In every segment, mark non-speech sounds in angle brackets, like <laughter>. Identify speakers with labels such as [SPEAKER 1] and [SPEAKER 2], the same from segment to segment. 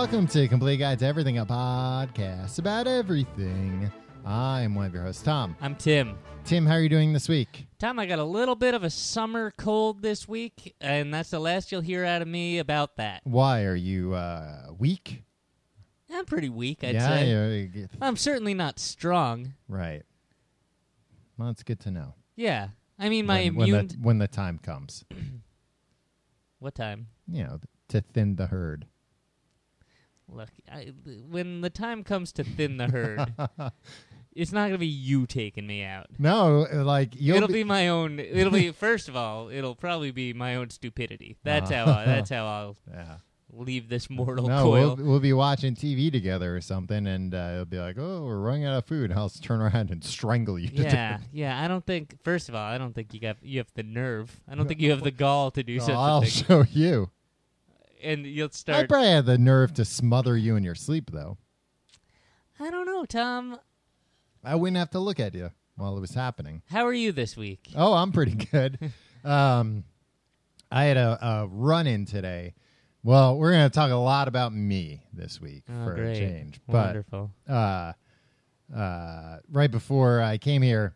[SPEAKER 1] Welcome to Complete Guide to Everything, a podcast about everything. I'm one of your hosts, Tom.
[SPEAKER 2] I'm Tim.
[SPEAKER 1] Tim, how are you doing this week?
[SPEAKER 2] Tom, I got a little bit of a summer cold this week, and that's the last you'll hear out of me about that.
[SPEAKER 1] Why are you uh, weak?
[SPEAKER 2] I'm pretty weak, I'd
[SPEAKER 1] yeah,
[SPEAKER 2] say.
[SPEAKER 1] you're-
[SPEAKER 2] I'm certainly not strong.
[SPEAKER 1] right. Well, it's good to know
[SPEAKER 2] Yeah. I mean, my
[SPEAKER 1] when,
[SPEAKER 2] immune.
[SPEAKER 1] when, the, when the time comes.
[SPEAKER 2] what time?
[SPEAKER 1] You know, to thin the herd.
[SPEAKER 2] Look, I, when the time comes to thin the
[SPEAKER 1] <laughs>
[SPEAKER 2] herd, it's not going to be you taking me out.
[SPEAKER 1] No, like you'll
[SPEAKER 2] it'll be, my own. It'll be first of all, it'll probably be my own stupidity. That's how. I, that's how I'll
[SPEAKER 1] Yeah.
[SPEAKER 2] leave this mortal
[SPEAKER 1] Uh-huh. No,
[SPEAKER 2] coil.
[SPEAKER 1] we'll, we'll be watching TV together or something, and uh, it'll be like, "Oh, we're running out of food." <laughs> And I'll just turn around and strangle you. to <laughs>
[SPEAKER 2] Yeah, yeah. I don't think. First of all, I don't think you got you have the nerve. I don't think you have the gall to do
[SPEAKER 1] death.
[SPEAKER 2] such
[SPEAKER 1] I'll
[SPEAKER 2] a thing.
[SPEAKER 1] show you.
[SPEAKER 2] And you'll
[SPEAKER 1] I
[SPEAKER 2] start.
[SPEAKER 1] probably had the nerve to smother you in your sleep, though.
[SPEAKER 2] I don't know, Tom.
[SPEAKER 1] I wouldn't have to look at you while it was happening.
[SPEAKER 2] How are you this week?
[SPEAKER 1] Oh, I'm pretty <laughs> good. um, I had a, a run in today. Well, we're going to talk a lot about me this week
[SPEAKER 2] Oh,
[SPEAKER 1] for
[SPEAKER 2] great.
[SPEAKER 1] a change. But
[SPEAKER 2] Wonderful.
[SPEAKER 1] uh, uh, right before I came here,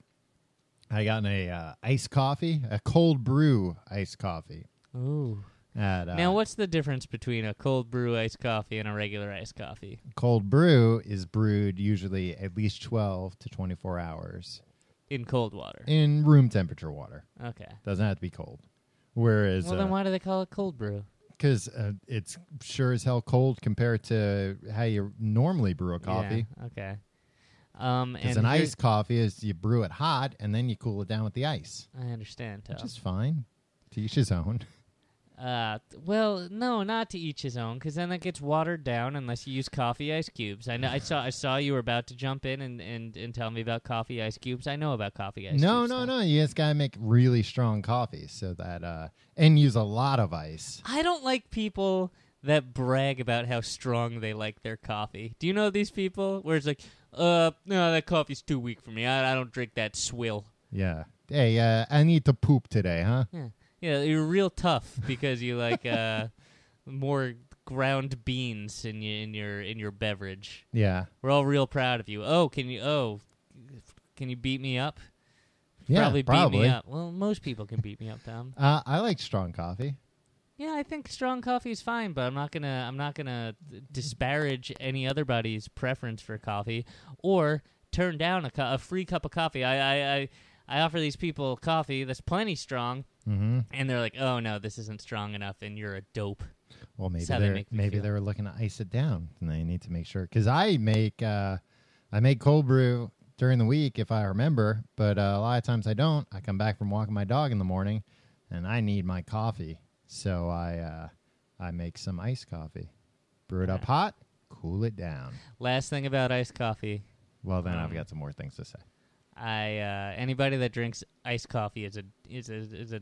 [SPEAKER 1] I got a uh, iced coffee, a cold brew iced coffee.
[SPEAKER 2] Ooh.
[SPEAKER 1] At, uh,
[SPEAKER 2] now, what's the difference between a cold brew iced coffee and a regular iced coffee?
[SPEAKER 1] cold brew is brewed usually at least 12 to 24 hours
[SPEAKER 2] In cold water.
[SPEAKER 1] in room temperature water.
[SPEAKER 2] okay.
[SPEAKER 1] Doesn't have to be cold. Whereas,
[SPEAKER 2] Well, then why do they call it cold brew?
[SPEAKER 1] because uh, it's sure as hell cold compared to how you normally brew a coffee.
[SPEAKER 2] Yeah, okay. Um,
[SPEAKER 1] Because
[SPEAKER 2] and
[SPEAKER 1] an
[SPEAKER 2] here-
[SPEAKER 1] iced coffee is you brew it hot and then you cool it down with the ice,
[SPEAKER 2] I understand, Tom.
[SPEAKER 1] which is fine. To each his own.
[SPEAKER 2] Uh, th- well, no, not to each his own, because then that gets watered down unless you use coffee ice cubes. I know. I saw. I saw you were about to jump in and, and, and tell me about coffee ice cubes. I know about coffee ice.
[SPEAKER 1] no,
[SPEAKER 2] cubes,
[SPEAKER 1] no,
[SPEAKER 2] though.
[SPEAKER 1] no. You just gotta make really strong coffee so that uh, and use a lot of ice.
[SPEAKER 2] I don't like people that brag about how strong they like their coffee. Do you know these people? Where it's like, uh, no, that coffee's too weak for me. I, I don't drink that swill.
[SPEAKER 1] Yeah. Hey, uh, I need to poop today, huh?
[SPEAKER 2] Yeah, yeah, you're real tough <laughs> because you like uh, more ground beans in your in your in your beverage.
[SPEAKER 1] Yeah.
[SPEAKER 2] We're all real proud of you. Oh, can you? Oh, can you beat me up?
[SPEAKER 1] Yeah.
[SPEAKER 2] probably,
[SPEAKER 1] Probably.
[SPEAKER 2] beat me up. Well, most people can beat me up, Tom.
[SPEAKER 1] Uh, I like strong coffee.
[SPEAKER 2] Yeah, I think strong coffee is fine, but I'm not gonna I'm not gonna disparage any other body's preference for coffee or turn down a, co- a free cup of coffee. I, I I I offer these people coffee that's plenty strong,
[SPEAKER 1] Mm-hmm.
[SPEAKER 2] and they're like, "Oh no, this isn't strong enough," and you're a dope.
[SPEAKER 1] Well, maybe
[SPEAKER 2] That's how they
[SPEAKER 1] they're
[SPEAKER 2] make me
[SPEAKER 1] maybe
[SPEAKER 2] feel.
[SPEAKER 1] they were looking to ice it down, and they need to make sure. Because I make uh, I make cold brew during the week if I remember, but uh, a lot of times I don't. I come back from walking my dog in the morning, and I need my coffee, so I uh, I make some iced coffee, brew it up
[SPEAKER 2] Yeah.
[SPEAKER 1] hot, cool it down.
[SPEAKER 2] Last thing about iced coffee,
[SPEAKER 1] Well, then I've
[SPEAKER 2] Um,
[SPEAKER 1] got some more things to say.
[SPEAKER 2] I uh, anybody that drinks iced coffee is a is a is a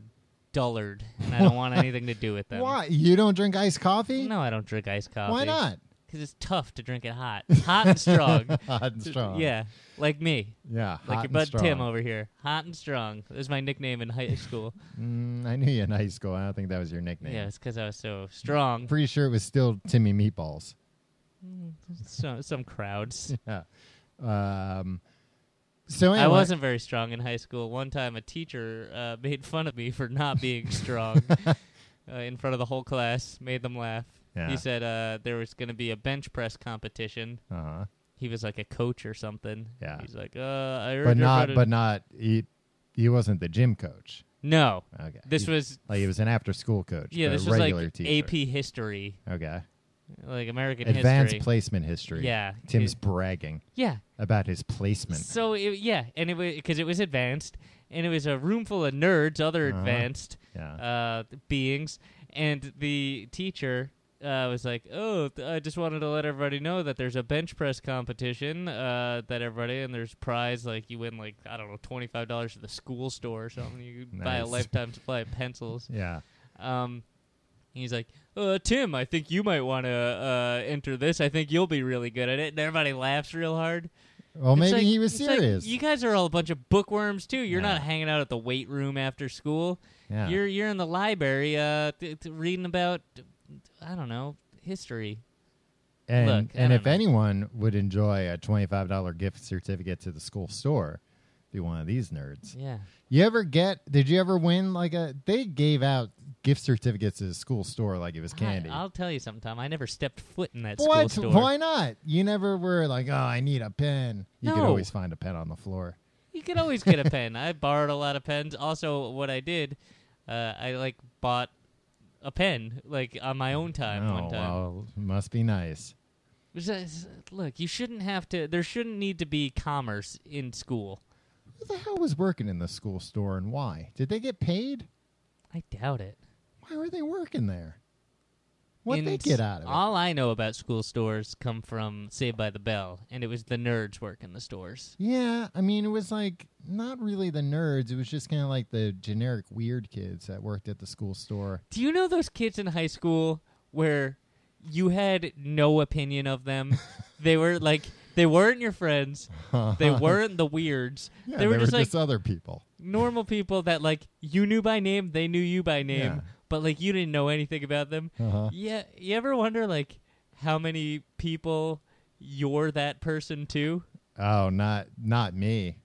[SPEAKER 2] dullard, and I don't want anything to do with them.
[SPEAKER 1] Why you don't drink iced coffee?
[SPEAKER 2] No, I don't drink iced coffee.
[SPEAKER 1] Why not?
[SPEAKER 2] Because it's tough to drink
[SPEAKER 1] <laughs>
[SPEAKER 2] it hot, hot and strong.
[SPEAKER 1] hot and strong.
[SPEAKER 2] Yeah, like me,
[SPEAKER 1] yeah. hot
[SPEAKER 2] like your
[SPEAKER 1] and
[SPEAKER 2] bud
[SPEAKER 1] strong.
[SPEAKER 2] Tim over here, hot and strong. That was my nickname in
[SPEAKER 1] <laughs>
[SPEAKER 2] high school.
[SPEAKER 1] Mm, I knew you in high school. I don't think that was your nickname.
[SPEAKER 2] yeah, it's because I was so strong.
[SPEAKER 1] Pretty sure it was still Timmy Meatballs.
[SPEAKER 2] so,
[SPEAKER 1] <laughs>
[SPEAKER 2] some crowds.
[SPEAKER 1] Yeah. Um, so anyway,
[SPEAKER 2] I wasn't very strong in high school. One time, a teacher uh, made fun of me for not being strong
[SPEAKER 1] <laughs>
[SPEAKER 2] uh, in front of the whole class. Made them laugh.
[SPEAKER 1] Yeah.
[SPEAKER 2] He said uh, there was going to be a bench press competition.
[SPEAKER 1] Uh-huh.
[SPEAKER 2] He was like a coach or something.
[SPEAKER 1] Yeah.
[SPEAKER 2] He's like, uh, I heard
[SPEAKER 1] But
[SPEAKER 2] you're
[SPEAKER 1] not.
[SPEAKER 2] better-
[SPEAKER 1] But not. He, he wasn't the gym coach.
[SPEAKER 2] no.
[SPEAKER 1] Okay.
[SPEAKER 2] This
[SPEAKER 1] He-
[SPEAKER 2] was
[SPEAKER 1] like he was an after-school coach.
[SPEAKER 2] yeah.
[SPEAKER 1] but a
[SPEAKER 2] This was
[SPEAKER 1] regular
[SPEAKER 2] like
[SPEAKER 1] teacher.
[SPEAKER 2] AP history,
[SPEAKER 1] Okay.
[SPEAKER 2] like American
[SPEAKER 1] Advanced
[SPEAKER 2] history.
[SPEAKER 1] placement history.
[SPEAKER 2] Yeah.
[SPEAKER 1] Tim's
[SPEAKER 2] it-
[SPEAKER 1] bragging
[SPEAKER 2] yeah.
[SPEAKER 1] about his placement.
[SPEAKER 2] So it, yeah, and it was because it was advanced, and it was a room full of nerds, other
[SPEAKER 1] Uh-huh.
[SPEAKER 2] advanced
[SPEAKER 1] yeah.
[SPEAKER 2] uh, beings, and the teacher uh, was like, "Oh, th- I just wanted to let everybody know that there's a bench press competition uh, that everybody and there's prize like you win like I don't know twenty five dollars at the school store or something. You could buy a
[SPEAKER 1] Nice.
[SPEAKER 2] lifetime supply of pencils."
[SPEAKER 1] yeah.
[SPEAKER 2] Um, he's like, uh, "Tim, I think you might want to uh, enter this. I think you'll be really good at it." And everybody laughs real hard.
[SPEAKER 1] Well,
[SPEAKER 2] It's
[SPEAKER 1] maybe
[SPEAKER 2] like-
[SPEAKER 1] he was
[SPEAKER 2] it's like,
[SPEAKER 1] serious.
[SPEAKER 2] you guys are all a bunch of bookworms too. You're
[SPEAKER 1] Yeah.
[SPEAKER 2] not hanging out at the weight room after school.
[SPEAKER 1] yeah.
[SPEAKER 2] You're you're in the library, uh, th- th- reading about, I don't know, history.
[SPEAKER 1] And
[SPEAKER 2] Look, I
[SPEAKER 1] and
[SPEAKER 2] don't
[SPEAKER 1] if
[SPEAKER 2] know.
[SPEAKER 1] anyone would enjoy a twenty five dollar gift certificate to the school store, be one of these nerds.
[SPEAKER 2] Yeah.
[SPEAKER 1] You ever get? Did you ever win like a? They gave out gift certificates to the school store like it was candy.
[SPEAKER 2] I, will tell you something, Tom. I never stepped foot in that
[SPEAKER 1] what?
[SPEAKER 2] school store.
[SPEAKER 1] Why not? You never were like, oh, I need a pen. You could
[SPEAKER 2] No.
[SPEAKER 1] always find a pen on the floor.
[SPEAKER 2] You could always get a pen. I borrowed a lot of pens. Also, what I did, uh, I like bought a pen like on my own time
[SPEAKER 1] oh,
[SPEAKER 2] one time.
[SPEAKER 1] well, must be nice.
[SPEAKER 2] It's- it's- Look, you shouldn't have to. There shouldn't need to be commerce in school.
[SPEAKER 1] Who the hell was working in the school store and why? Did they get paid?
[SPEAKER 2] I doubt it.
[SPEAKER 1] Why were they working there? What
[SPEAKER 2] In
[SPEAKER 1] would they
[SPEAKER 2] s-
[SPEAKER 1] get out of it?
[SPEAKER 2] All I know about school stores come from Saved by the Bell, and it was the nerds working the stores.
[SPEAKER 1] Yeah, I mean, it was like not really the nerds. It was just kind of like the generic weird kids that worked at the school store.
[SPEAKER 2] Do you know those kids in high school where you had no opinion
[SPEAKER 1] <laughs>
[SPEAKER 2] of them? they were like they weren't your friends.
[SPEAKER 1] <laughs>
[SPEAKER 2] They weren't the weirds.
[SPEAKER 1] Yeah,
[SPEAKER 2] they were just like
[SPEAKER 1] other people.
[SPEAKER 2] normal people that like you knew by name, they knew you by name,
[SPEAKER 1] Yeah.
[SPEAKER 2] but like you didn't know anything
[SPEAKER 1] <laughs>
[SPEAKER 2] about them.
[SPEAKER 1] Uh-huh.
[SPEAKER 2] Yeah, you ever wonder like how many people you're that person to?
[SPEAKER 1] Oh, not not me.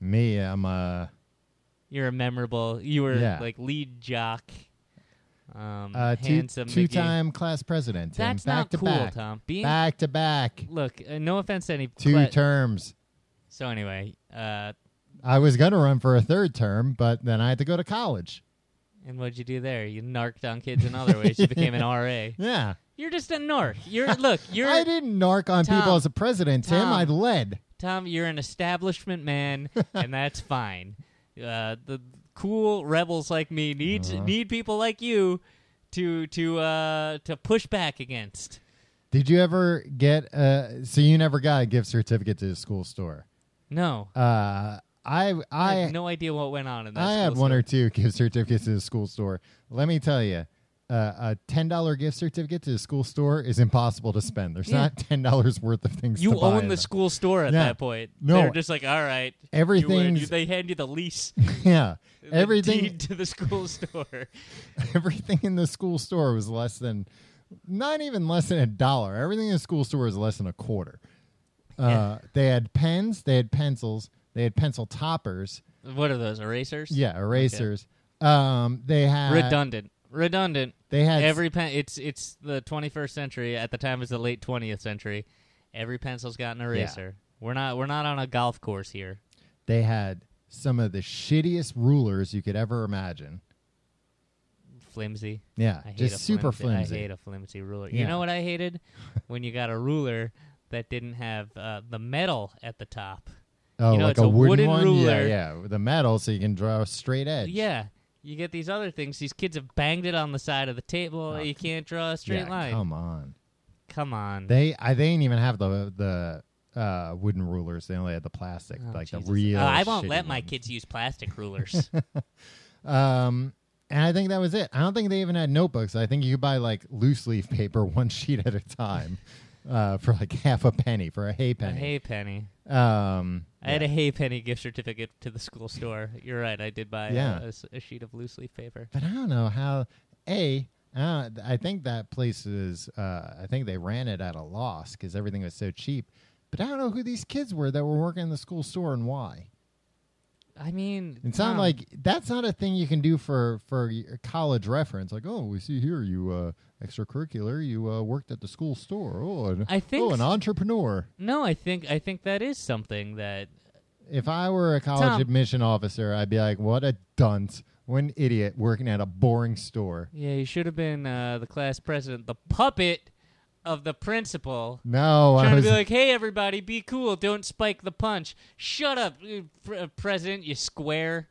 [SPEAKER 1] Me, I'm a
[SPEAKER 2] You're a memorable. You were
[SPEAKER 1] Yeah.
[SPEAKER 2] like lead jock, um,
[SPEAKER 1] uh, two
[SPEAKER 2] handsome,
[SPEAKER 1] two
[SPEAKER 2] McGee.
[SPEAKER 1] time class president. Tim.
[SPEAKER 2] That's
[SPEAKER 1] back
[SPEAKER 2] not
[SPEAKER 1] to
[SPEAKER 2] cool,
[SPEAKER 1] back.
[SPEAKER 2] Tom. Being
[SPEAKER 1] Back to back.
[SPEAKER 2] look, uh, no offense to any
[SPEAKER 1] Two
[SPEAKER 2] cla-
[SPEAKER 1] terms.
[SPEAKER 2] So anyway, uh,
[SPEAKER 1] I was gonna run for a third term, but then I had to go to college.
[SPEAKER 2] and what'd you do there? You narked on kids in other ways.
[SPEAKER 1] <laughs>
[SPEAKER 2] You became an RA.
[SPEAKER 1] Yeah,
[SPEAKER 2] You're just a narc.
[SPEAKER 1] <laughs>
[SPEAKER 2] You're look. You're
[SPEAKER 1] I didn't narc on people
[SPEAKER 2] Tom,
[SPEAKER 1] as a president, Tim.
[SPEAKER 2] Tom.
[SPEAKER 1] I led.
[SPEAKER 2] Tom, you're an establishment man, and that's
[SPEAKER 1] <laughs>
[SPEAKER 2] fine. Uh, the cool rebels like me need
[SPEAKER 1] Uh-huh.
[SPEAKER 2] need people like you to to uh, to push back against.
[SPEAKER 1] Did you ever get? Uh, so you never got a gift certificate to the school store.
[SPEAKER 2] No,
[SPEAKER 1] Uh, I
[SPEAKER 2] I,
[SPEAKER 1] I
[SPEAKER 2] have no idea what went on in that.
[SPEAKER 1] I
[SPEAKER 2] school
[SPEAKER 1] have one
[SPEAKER 2] store.
[SPEAKER 1] or two gift certificates to the school store. Let me tell you, uh, a ten dollar gift certificate to the school store is impossible to spend. There's
[SPEAKER 2] Yeah.
[SPEAKER 1] not ten dollars worth of things. to
[SPEAKER 2] You
[SPEAKER 1] buy
[SPEAKER 2] own
[SPEAKER 1] in
[SPEAKER 2] the
[SPEAKER 1] there.
[SPEAKER 2] school store at
[SPEAKER 1] Yeah.
[SPEAKER 2] that point.
[SPEAKER 1] No.
[SPEAKER 2] They're just like, all right, you win."
[SPEAKER 1] Everything's-
[SPEAKER 2] You- They hand you the lease,
[SPEAKER 1] <laughs>
[SPEAKER 2] <laughs>
[SPEAKER 1] Yeah,
[SPEAKER 2] the
[SPEAKER 1] everything
[SPEAKER 2] deed to the school <laughs> store.
[SPEAKER 1] everything in the school store was less than, not even less than a dollar. Everything in the school store was less than a quarter. Uh, They had pens. They had pencils. They had pencil toppers.
[SPEAKER 2] what are those erasers?
[SPEAKER 1] Yeah, erasers. Um, they had
[SPEAKER 2] redundant, redundant.
[SPEAKER 1] They had
[SPEAKER 2] every pen it's it's the 21st century at the time it's the late 20th century every pencil's got an eraser we're not we're not on a golf course here
[SPEAKER 1] they had some of the shittiest rulers you could ever imagine.
[SPEAKER 2] flimsy
[SPEAKER 1] Yeah,
[SPEAKER 2] I hate
[SPEAKER 1] just
[SPEAKER 2] a
[SPEAKER 1] super
[SPEAKER 2] flimsy.
[SPEAKER 1] flimsy.
[SPEAKER 2] i hate a flimsy ruler you
[SPEAKER 1] Yeah.
[SPEAKER 2] know what
[SPEAKER 1] <laughs>
[SPEAKER 2] i hated when you got a ruler that didn't have uh, the metal at the top
[SPEAKER 1] oh,
[SPEAKER 2] you know,
[SPEAKER 1] like
[SPEAKER 2] it's
[SPEAKER 1] a
[SPEAKER 2] a
[SPEAKER 1] wooden,
[SPEAKER 2] wooden
[SPEAKER 1] one?
[SPEAKER 2] ruler.
[SPEAKER 1] Yeah, yeah, with the metal, so you can draw a straight edge.
[SPEAKER 2] yeah you get these other things these kids have banged it on the side of the table
[SPEAKER 1] Oh.
[SPEAKER 2] you can't draw a straight
[SPEAKER 1] Yeah,
[SPEAKER 2] line Mm-hmm.
[SPEAKER 1] Come on,
[SPEAKER 2] Come on
[SPEAKER 1] they I, they didn't even have the the uh, wooden rulers. They only had the plastic,
[SPEAKER 2] Oh,
[SPEAKER 1] like
[SPEAKER 2] Jesus.
[SPEAKER 1] the real.
[SPEAKER 2] Oh, i won't
[SPEAKER 1] shitty
[SPEAKER 2] let my
[SPEAKER 1] ones.
[SPEAKER 2] kids use
[SPEAKER 1] <laughs>
[SPEAKER 2] plastic rulers
[SPEAKER 1] Um, and I think that was it. I don't think they even had notebooks. I think you could buy like loose leaf paper, <laughs> one sheet at a time, uh, for like half a penny, for a hay penny.
[SPEAKER 2] hey penny
[SPEAKER 1] Um,
[SPEAKER 2] I had a halfpenny gift certificate to the school store. You're right. I did buy a-
[SPEAKER 1] Yeah.
[SPEAKER 2] a, s- a sheet of loose leaf paper.
[SPEAKER 1] but I don't know how. A, I, don't- I think that place is. Uh, I think they ran it at a loss because everything was so cheap. But I don't know who these kids were that were working in the school store and why.
[SPEAKER 2] I mean, um,
[SPEAKER 1] It's not
[SPEAKER 2] Tom,
[SPEAKER 1] like that's not a thing you can do for for your college reference. Like, oh, we see here you uh, extracurricular, you uh, worked at the school store. Oh, an,
[SPEAKER 2] I think
[SPEAKER 1] oh, an
[SPEAKER 2] s-
[SPEAKER 1] entrepreneur.
[SPEAKER 2] No, I think I think that is something that
[SPEAKER 1] If I were a college
[SPEAKER 2] Tom.
[SPEAKER 1] admission officer, I'd be like, what a dunce, what an idiot working at a boring store.
[SPEAKER 2] yeah, you should have been uh, the class president, the puppet of the principal.
[SPEAKER 1] No, I
[SPEAKER 2] Trying to
[SPEAKER 1] was
[SPEAKER 2] be like, hey, everybody, be cool. Don't spike the punch. Shut up, you pr- uh, president, you square.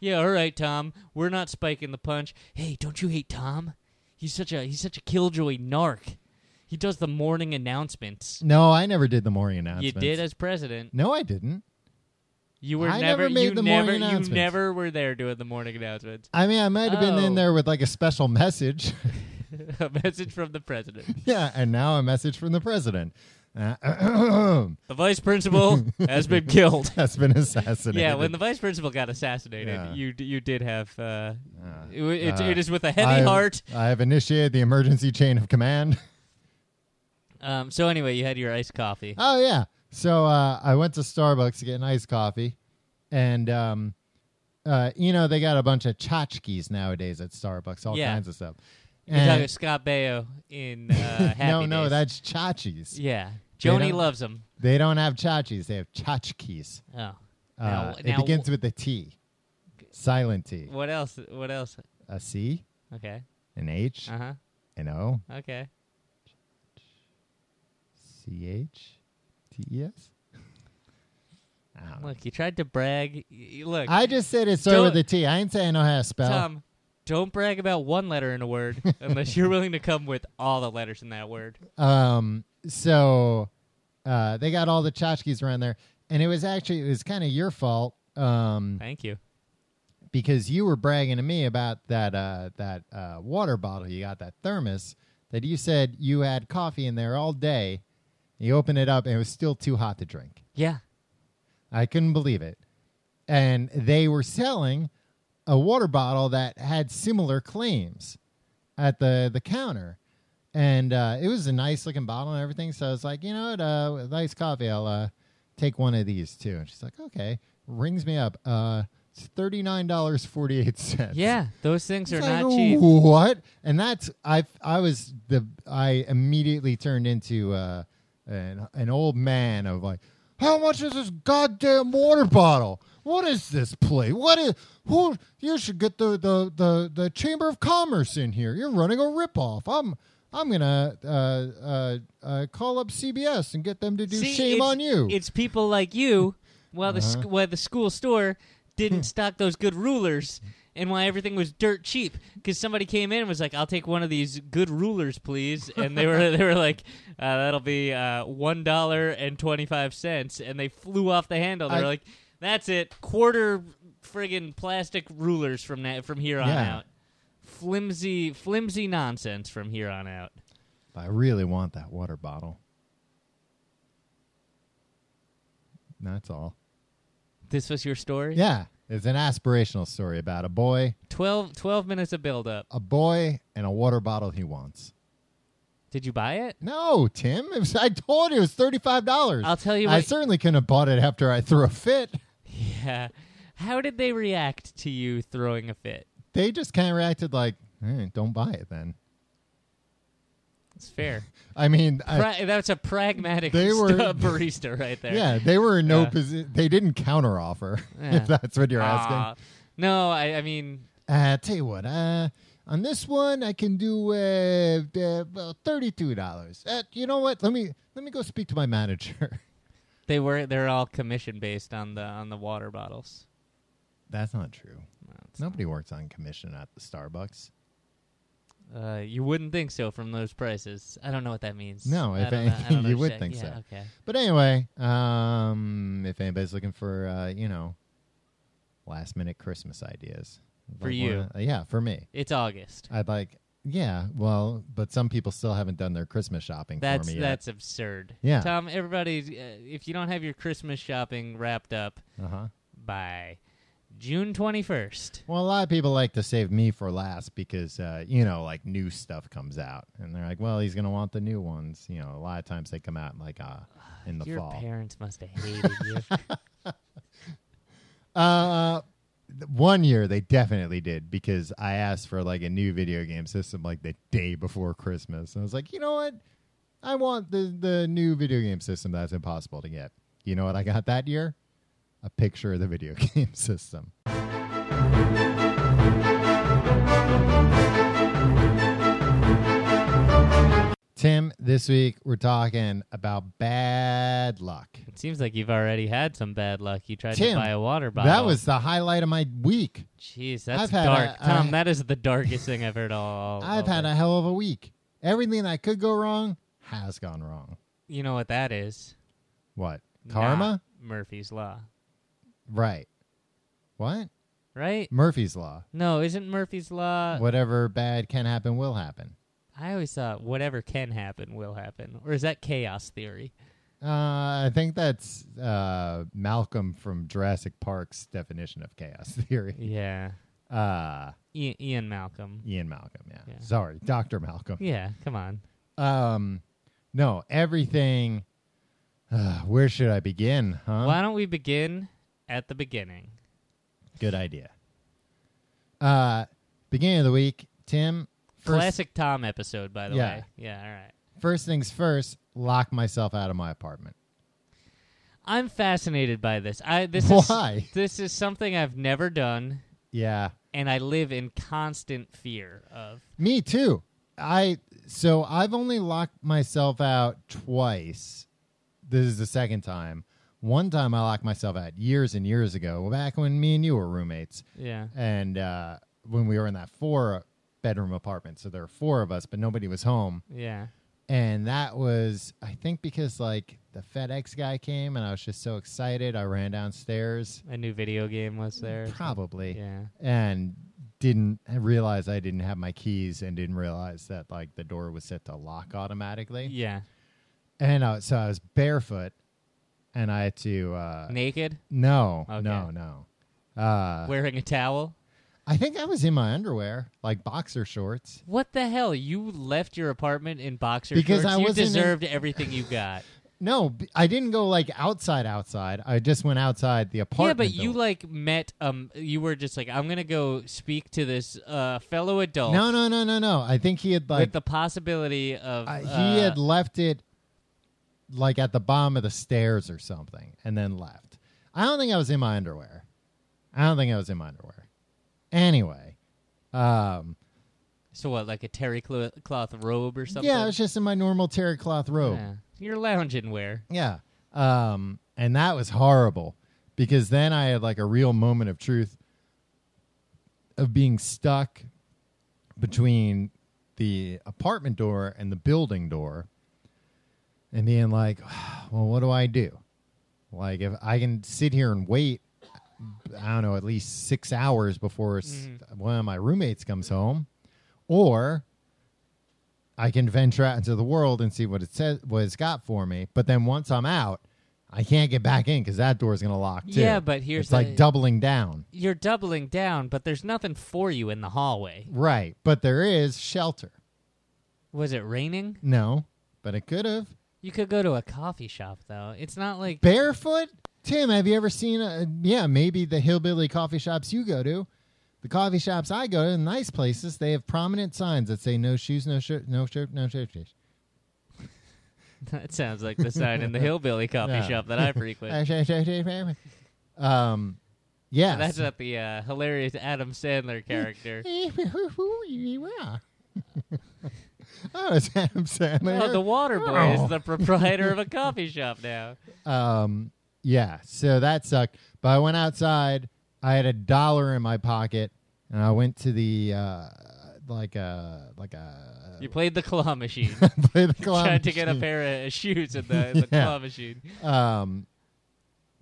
[SPEAKER 2] Yeah, all right, Tom. We're not spiking the punch. Hey, don't you hate Tom? He's such a he's such a killjoy narc. He does the morning announcements.
[SPEAKER 1] No, I never did the morning announcements.
[SPEAKER 2] You did as president.
[SPEAKER 1] No, I didn't.
[SPEAKER 2] You were
[SPEAKER 1] I
[SPEAKER 2] never,
[SPEAKER 1] never made
[SPEAKER 2] you
[SPEAKER 1] the morning
[SPEAKER 2] never,
[SPEAKER 1] announcements.
[SPEAKER 2] You never were there doing the morning announcements. <laughs>
[SPEAKER 1] I mean, I might have been in
[SPEAKER 2] Oh.
[SPEAKER 1] there with like a special message. <laughs>
[SPEAKER 2] a message from the president.
[SPEAKER 1] yeah, and now a message from the president. <clears throat> Uh,
[SPEAKER 2] The vice principal
[SPEAKER 1] <laughs>
[SPEAKER 2] has been killed.
[SPEAKER 1] has been assassinated.
[SPEAKER 2] Yeah, when the vice principal got assassinated,
[SPEAKER 1] Yeah.
[SPEAKER 2] you d- you did have uh,
[SPEAKER 1] Uh,
[SPEAKER 2] it, w- it,
[SPEAKER 1] uh,
[SPEAKER 2] it is with a
[SPEAKER 1] I-
[SPEAKER 2] heavy heart.
[SPEAKER 1] I have initiated the emergency chain of command.
[SPEAKER 2] Um, so anyway, you had your iced coffee.
[SPEAKER 1] <laughs> Oh yeah. So uh, I went to Starbucks to get an iced coffee, and um, uh, you know they got a bunch of tchotchkes nowadays at Starbucks, all
[SPEAKER 2] Yeah.
[SPEAKER 1] kinds of stuff.
[SPEAKER 2] You're talking
[SPEAKER 1] And-
[SPEAKER 2] Scott Baio
[SPEAKER 1] <laughs>
[SPEAKER 2] in uh, Happy
[SPEAKER 1] Eh. no, no,
[SPEAKER 2] Days.
[SPEAKER 1] that's tchotchkes.
[SPEAKER 2] yeah.
[SPEAKER 1] They
[SPEAKER 2] Joni
[SPEAKER 1] don't-
[SPEAKER 2] loves him.
[SPEAKER 1] They don't have tchotchkes; they have tchotchkes.
[SPEAKER 2] Oh,
[SPEAKER 1] Uh,
[SPEAKER 2] Now-
[SPEAKER 1] it
[SPEAKER 2] now-
[SPEAKER 1] begins with a T, silent T,
[SPEAKER 2] what else? What else?
[SPEAKER 1] a C,
[SPEAKER 2] Okay.
[SPEAKER 1] an H,
[SPEAKER 2] Uh huh.
[SPEAKER 1] an O,
[SPEAKER 2] Okay.
[SPEAKER 1] C H, T E S. I don't know.
[SPEAKER 2] Look, you tried to brag. Y- y- Look,
[SPEAKER 1] I just said it started
[SPEAKER 2] Don't-
[SPEAKER 1] with a T. I ain't saying I know how to spell.
[SPEAKER 2] Tom, don't brag about one letter in
[SPEAKER 1] <laughs>
[SPEAKER 2] a word unless you're willing to come with all the letters in that word.
[SPEAKER 1] Um, so uh, they got all the tchotchkes around there, and it was actually it was kind of your fault um,
[SPEAKER 2] Thank you.
[SPEAKER 1] because you were bragging to me about that uh, that uh, water bottle you got that thermos that you said you had coffee in there all day. You opened it up and it was still too hot to drink.
[SPEAKER 2] Yeah.
[SPEAKER 1] I couldn't believe it, and they were selling a water bottle that had similar claims at the the counter and uh, it was a nice looking bottle and everything so i was like you know what uh, with iced coffee i'll uh, take one of these too and she's like okay rings me up uh, it's $39.48
[SPEAKER 2] Yeah. Those things are
[SPEAKER 1] It's
[SPEAKER 2] not
[SPEAKER 1] like,
[SPEAKER 2] cheap.
[SPEAKER 1] What? And that's I I was the I immediately turned into uh, an an old man of like, how much is this goddamn water bottle? What is this play? What is who? You should get the the the, the chamber of commerce in here. You're running a ripoff. I'm. I'm gonna uh, uh, uh, call up CBS and get them to do
[SPEAKER 2] See,
[SPEAKER 1] shame
[SPEAKER 2] it's-
[SPEAKER 1] on you.
[SPEAKER 2] It's people like you. While the sc- while the school store didn't stock those good rulers, and why everything was dirt cheap, because somebody came in and was like, "I'll take one of these good rulers, please," and they were they were like, uh, "That'll be uh, one dollar and twenty five cents," and they flew off the handle. They
[SPEAKER 1] I-
[SPEAKER 2] were like, "That's it, quarter friggin' plastic rulers from that from here on
[SPEAKER 1] Yeah.
[SPEAKER 2] out." Flimsy, flimsy nonsense from here on out.
[SPEAKER 1] I really want that water bottle. That's all.
[SPEAKER 2] This was your story.
[SPEAKER 1] Yeah, it's an aspirational story about a boy,
[SPEAKER 2] 12, 12 minutes of build up.
[SPEAKER 1] a boy, and a water bottle he wants.
[SPEAKER 2] Did you buy it?
[SPEAKER 1] No, Tim, it was, I told you it was thirty-five dollars.
[SPEAKER 2] I'll tell you
[SPEAKER 1] I
[SPEAKER 2] what-
[SPEAKER 1] certainly couldn't have bought it after I threw a fit.
[SPEAKER 2] Yeah. How did they react to you throwing a fit?
[SPEAKER 1] They just kind of reacted like, "Eh, "Don't buy it." Then
[SPEAKER 2] It's fair.
[SPEAKER 1] I mean, <laughs> I-
[SPEAKER 2] Pra- that's a pragmatic <laughs>
[SPEAKER 1] They were-
[SPEAKER 2] sta- barista right there.
[SPEAKER 1] yeah, they were in no
[SPEAKER 2] Yeah.
[SPEAKER 1] position. They didn't counteroffer. <laughs>
[SPEAKER 2] Yeah. Ah.
[SPEAKER 1] If that's what you're
[SPEAKER 2] Aw.
[SPEAKER 1] asking.
[SPEAKER 2] No, I, I mean,
[SPEAKER 1] Uh, tell you what, uh, on this one I can do uh, uh, well, thirty-two dollars. Uh, you know what? Let me let me go speak to my manager. <laughs>
[SPEAKER 2] they were they're all commission based on the on the water bottles.
[SPEAKER 1] That's not true.
[SPEAKER 2] No, it's
[SPEAKER 1] Nobody works on commission at the Starbucks.
[SPEAKER 2] not. Uh, you wouldn't think so from those prices. I don't know what that means.
[SPEAKER 1] No,
[SPEAKER 2] I
[SPEAKER 1] if
[SPEAKER 2] don't know- I
[SPEAKER 1] anything,
[SPEAKER 2] don't
[SPEAKER 1] <laughs> you would
[SPEAKER 2] understand.
[SPEAKER 1] think so.
[SPEAKER 2] Yeah, Okay.
[SPEAKER 1] But anyway, um, if anybody's looking for, uh, you know, last minute Christmas ideas
[SPEAKER 2] For
[SPEAKER 1] like
[SPEAKER 2] you.
[SPEAKER 1] one- uh, yeah, for me,
[SPEAKER 2] It's August.
[SPEAKER 1] I'd like, yeah, well, but some people still haven't done their Christmas shopping
[SPEAKER 2] That's
[SPEAKER 1] for me
[SPEAKER 2] that's absurd.
[SPEAKER 1] Yeah.
[SPEAKER 2] Tom, everybody, uh, if you don't have your Christmas shopping wrapped up
[SPEAKER 1] yet. Uh huh.
[SPEAKER 2] by June twenty first,
[SPEAKER 1] Well, a lot of people like to save me for last because, uh, you know, like new stuff comes out, and they're like, well, he's gonna want the new ones. You know, a lot of times they come out like uh, in the
[SPEAKER 2] Your
[SPEAKER 1] fall.
[SPEAKER 2] parents must have
[SPEAKER 1] <laughs>
[SPEAKER 2] hated you.
[SPEAKER 1] Uh, th- one year they definitely did because I asked for like a new video game system like the day before Christmas, and I was like, you know what, I want the the new video game system that's impossible to get. You know what I got that year? A picture of the video <laughs> game system. Tim, this week we're talking about bad luck.
[SPEAKER 2] it seems like you've already had some bad luck. You tried
[SPEAKER 1] Tim,
[SPEAKER 2] to buy a water bottle.
[SPEAKER 1] That was the highlight of my week.
[SPEAKER 2] jeez, that's
[SPEAKER 1] I've had
[SPEAKER 2] dark,
[SPEAKER 1] a-
[SPEAKER 2] Tom.
[SPEAKER 1] I-
[SPEAKER 2] that is the darkest thing I've heard all.
[SPEAKER 1] I've
[SPEAKER 2] all
[SPEAKER 1] had
[SPEAKER 2] day.
[SPEAKER 1] a hell of a week. Everything that could go wrong has gone wrong.
[SPEAKER 2] You know what that is?
[SPEAKER 1] What?
[SPEAKER 2] Not
[SPEAKER 1] Karma?
[SPEAKER 2] Murphy's law,
[SPEAKER 1] Right. What?
[SPEAKER 2] right?
[SPEAKER 1] Murphy's Law.
[SPEAKER 2] No, isn't Murphy's law?
[SPEAKER 1] Whatever bad can happen will happen.
[SPEAKER 2] I always thought whatever can happen will happen, or is that chaos theory?
[SPEAKER 1] Uh, I think that's uh, Malcolm from Jurassic Park's definition of chaos <laughs> theory.
[SPEAKER 2] Yeah,
[SPEAKER 1] Uh,
[SPEAKER 2] I- Ian Malcolm.
[SPEAKER 1] Ian Malcolm, yeah.
[SPEAKER 2] Yeah.
[SPEAKER 1] Sorry, Dr. Malcolm.
[SPEAKER 2] Yeah, come on.
[SPEAKER 1] Um, No, everything. Uh, where should I begin? Huh?
[SPEAKER 2] Why don't we begin at the beginning?
[SPEAKER 1] Good idea. Uh, beginning of the week, Tim. First,
[SPEAKER 2] Classic Tom episode, by the
[SPEAKER 1] Yeah.
[SPEAKER 2] way. Yeah, all right.
[SPEAKER 1] first things first. Lock myself out of my apartment.
[SPEAKER 2] I'm fascinated by this. I this
[SPEAKER 1] Why?
[SPEAKER 2] is this is something I've never done
[SPEAKER 1] Yeah,
[SPEAKER 2] and I live in constant fear of.
[SPEAKER 1] me too. I so I've only locked myself out twice. This is the second time. One time I locked myself out years and years ago, back when me and you were roommates.
[SPEAKER 2] Yeah.
[SPEAKER 1] and uh, when we were in that four bedroom apartment so there were four of us but nobody was home
[SPEAKER 2] Yeah.
[SPEAKER 1] and that was i think because like the fedex guy came and i was just so excited i ran downstairs
[SPEAKER 2] A new video game was there.
[SPEAKER 1] probably
[SPEAKER 2] Yeah.
[SPEAKER 1] and didn't realize i didn't have my keys and didn't realize that like the door was set to lock automatically
[SPEAKER 2] Yeah.
[SPEAKER 1] and uh, so i was barefoot and i had to uh,
[SPEAKER 2] Naked,
[SPEAKER 1] no
[SPEAKER 2] Okay.
[SPEAKER 1] no no uh,
[SPEAKER 2] wearing a towel.
[SPEAKER 1] i think i was in my underwear like boxer shorts
[SPEAKER 2] What the hell? You left your apartment in boxer
[SPEAKER 1] Because
[SPEAKER 2] shorts.
[SPEAKER 1] I
[SPEAKER 2] you
[SPEAKER 1] wasn't in-
[SPEAKER 2] deserved everything you got.
[SPEAKER 1] No, b- I didn't go like outside. Outside, I just went outside the
[SPEAKER 2] yeah,
[SPEAKER 1] <laughs> apartment.
[SPEAKER 2] but you
[SPEAKER 1] building.
[SPEAKER 2] like met um you were just like I'm going to go speak to this uh fellow adult
[SPEAKER 1] no, no, no, no, no. I think he had like
[SPEAKER 2] with the possibility of
[SPEAKER 1] I- he
[SPEAKER 2] uh,
[SPEAKER 1] had left it like at the bottom of the stairs or something, and then left. I don't think I was in my underwear. I don't think I was in my underwear. Anyway, um,
[SPEAKER 2] so what like a terry clo- cloth robe or something.
[SPEAKER 1] yeah, I was just in my normal terry cloth robe.
[SPEAKER 2] Yeah. You're lounging wear.
[SPEAKER 1] Yeah. Um, and that was horrible because then I had like a real moment of truth of being stuck between the apartment door and the building door and being like, <sighs> well, what do I do? Like, if I can sit here and wait, I don't know, at least six hours before s
[SPEAKER 2] Mm-hmm.
[SPEAKER 1] one of my roommates comes home, or I can venture out into the world and see what it says, what it's got for me. But then once I'm out, I can't get back in because that door's gonna lock too.
[SPEAKER 2] Yeah, but here's
[SPEAKER 1] it's like
[SPEAKER 2] the-
[SPEAKER 1] doubling down,
[SPEAKER 2] You're doubling down, but there's nothing for you in the hallway.
[SPEAKER 1] right? But there is shelter.
[SPEAKER 2] Was it raining?
[SPEAKER 1] No, but it could have
[SPEAKER 2] You could go to a coffee shop though. It's not like <laughs>
[SPEAKER 1] barefoot. Tim, have you ever seen? A, yeah, maybe the hillbilly coffee shops you go to. The coffee shops I go to, the nice places, they have prominent signs that say "No shoes, no shirt, no shirt, no shirt." shirt."
[SPEAKER 2] that sounds like the sign in the hillbilly coffee
[SPEAKER 1] Yeah.
[SPEAKER 2] shop that I frequent.
[SPEAKER 1] <laughs> Um, yeah,
[SPEAKER 2] That's not the uh, hilarious Adam Sandler
[SPEAKER 1] <laughs>
[SPEAKER 2] character.
[SPEAKER 1] oh, it's Adam Sandler.
[SPEAKER 2] oh, the water boy
[SPEAKER 1] Oh.
[SPEAKER 2] is the proprietor of a coffee shop now.
[SPEAKER 1] Um, yeah, so that sucked. But I went outside. I had a dollar in my pocket, and I went to the uh, like a like a
[SPEAKER 2] You played the claw machine.
[SPEAKER 1] <laughs> play the <laughs> claw
[SPEAKER 2] <laughs> Tried to get a
[SPEAKER 1] machine.
[SPEAKER 2] pair of <laughs> shoes in the, in the
[SPEAKER 1] <laughs> Yeah.
[SPEAKER 2] claw machine.
[SPEAKER 1] Um,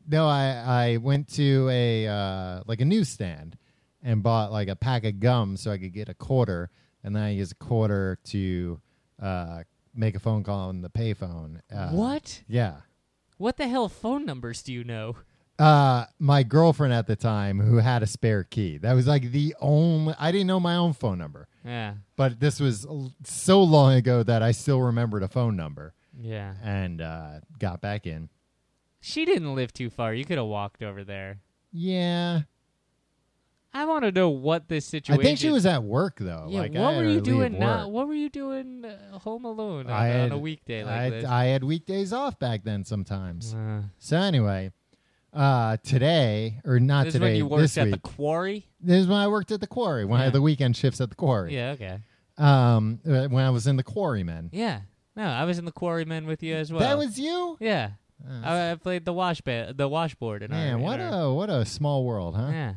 [SPEAKER 1] no, I I went to a uh, like a newsstand and bought like a pack of gum so I could get a quarter, and then I used a quarter to uh, make a phone call on the payphone. Uh,
[SPEAKER 2] what?
[SPEAKER 1] Yeah.
[SPEAKER 2] What the hell phone numbers do you know?
[SPEAKER 1] uh my girlfriend at the time who had a spare key that was like the only i didn't know my own phone number
[SPEAKER 2] Yeah.
[SPEAKER 1] but this was l- so long ago that i still remembered a phone number
[SPEAKER 2] Yeah.
[SPEAKER 1] and uh got back in
[SPEAKER 2] She didn't live too far. You could have walked over there.
[SPEAKER 1] yeah
[SPEAKER 2] I want to know what this situation.
[SPEAKER 1] i think she was at work though
[SPEAKER 2] Yeah,
[SPEAKER 1] like I
[SPEAKER 2] what
[SPEAKER 1] had
[SPEAKER 2] were
[SPEAKER 1] her
[SPEAKER 2] you
[SPEAKER 1] leave
[SPEAKER 2] doing?
[SPEAKER 1] work.
[SPEAKER 2] Not what were you doing uh, home alone on,
[SPEAKER 1] I
[SPEAKER 2] on
[SPEAKER 1] had-
[SPEAKER 2] a weekday like
[SPEAKER 1] I,
[SPEAKER 2] this?
[SPEAKER 1] I had weekdays off back then sometimes
[SPEAKER 2] Uh,
[SPEAKER 1] so anyway uh today or not
[SPEAKER 2] this is
[SPEAKER 1] today
[SPEAKER 2] when you worked
[SPEAKER 1] this
[SPEAKER 2] at
[SPEAKER 1] week
[SPEAKER 2] the quarry.
[SPEAKER 1] this is when i worked at the quarry when i
[SPEAKER 2] Yeah.
[SPEAKER 1] had the weekend shifts at the quarry
[SPEAKER 2] Yeah. Okay.
[SPEAKER 1] um uh, when i was in the quarrymen
[SPEAKER 2] Yeah. No, I was in the quarrymen with you as well.
[SPEAKER 1] that was you
[SPEAKER 2] Yeah.
[SPEAKER 1] Uh,
[SPEAKER 2] I, I played the wash ba- the washboard in our.
[SPEAKER 1] Man,
[SPEAKER 2] in
[SPEAKER 1] what
[SPEAKER 2] our-
[SPEAKER 1] a what a small world, huh?
[SPEAKER 2] Yeah.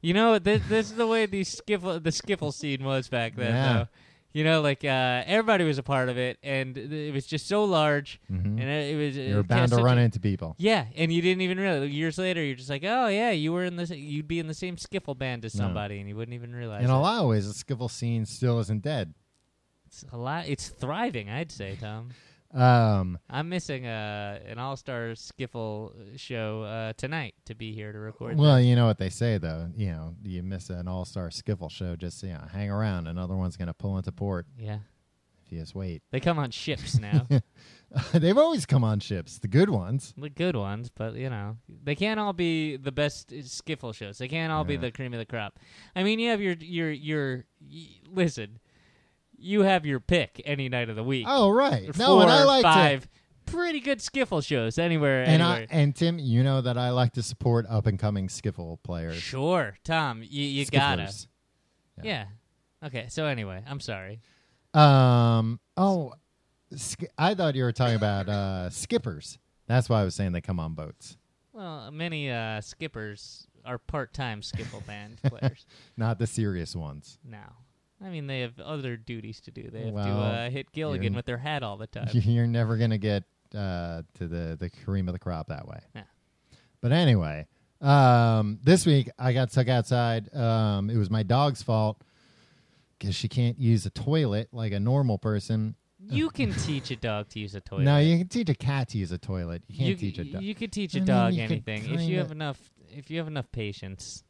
[SPEAKER 2] You know, this, this is the way the skiffle the skiffle scene was back then.
[SPEAKER 1] Yeah.
[SPEAKER 2] Though. You know, like uh, everybody was a part of it, and th- it was just so large,
[SPEAKER 1] Mhm.
[SPEAKER 2] and it, it was uh,
[SPEAKER 1] You're bound to run into people.
[SPEAKER 2] Yeah, and you didn't even realize. Years later, you're just like, oh yeah, you were in this. You'd be in the same skiffle band as
[SPEAKER 1] No.
[SPEAKER 2] somebody, and you wouldn't even realize.
[SPEAKER 1] In
[SPEAKER 2] it.
[SPEAKER 1] a lot of ways, the skiffle scene still isn't dead.
[SPEAKER 2] it's a lot. It's thriving, I'd say, Tom.
[SPEAKER 1] Um,
[SPEAKER 2] I'm missing uh, an all star skiffle show uh, tonight to be here to record.
[SPEAKER 1] well, you know what they say though. You know, you miss an all-star skiffle show, just you know, hang around. Another one's gonna pull into port.
[SPEAKER 2] that. yeah.
[SPEAKER 1] If atheist. Wait, <laughs>
[SPEAKER 2] They come on ships now,
[SPEAKER 1] they've always come on ships, the good ones.
[SPEAKER 2] the good ones, but you know they can't all be the best uh, skiffle shows. They can't all be
[SPEAKER 1] Yeah.
[SPEAKER 2] the cream of the crop. I mean, you have your your your y- listen, you have your pick any night of the week.
[SPEAKER 1] Oh right, no,
[SPEAKER 2] Four
[SPEAKER 1] and I
[SPEAKER 2] or
[SPEAKER 1] like to.
[SPEAKER 2] five pretty good skiffle shows anywhere.
[SPEAKER 1] And I
[SPEAKER 2] anywhere.
[SPEAKER 1] and Tim, you know that I like to support up and coming skiffle players.
[SPEAKER 2] sure, Tom, you you gotta
[SPEAKER 1] Skifflers.
[SPEAKER 2] yeah. Okay, so anyway, I'm sorry.
[SPEAKER 1] Um. Oh, sk- I thought you were talking about uh, skippers. That's why I was saying they come on boats,
[SPEAKER 2] Well, many uh, skippers are
[SPEAKER 1] <laughs>
[SPEAKER 2] part-time skiffle band players.
[SPEAKER 1] not the serious ones.
[SPEAKER 2] now. I mean, they have other duties to do. They have to
[SPEAKER 1] Well,
[SPEAKER 2] uh, hit Gilligan
[SPEAKER 1] you're-
[SPEAKER 2] with their hat all
[SPEAKER 1] <laughs>
[SPEAKER 2] the time.
[SPEAKER 1] You're never gonna get uh, to the the cream of the crop that way.
[SPEAKER 2] Yeah.
[SPEAKER 1] But anyway, um, this week I got stuck outside. Um, it was my dog's fault because she can't use a toilet like a normal person.
[SPEAKER 2] you can teach a dog to use a toilet.
[SPEAKER 1] No, you can teach a cat to use a toilet. You can't teach a dog.
[SPEAKER 2] Oh, You could teach
[SPEAKER 1] I
[SPEAKER 2] a
[SPEAKER 1] mean,
[SPEAKER 2] dog
[SPEAKER 1] you could
[SPEAKER 2] anything if you
[SPEAKER 1] kinda-
[SPEAKER 2] have enough. If you have enough patience.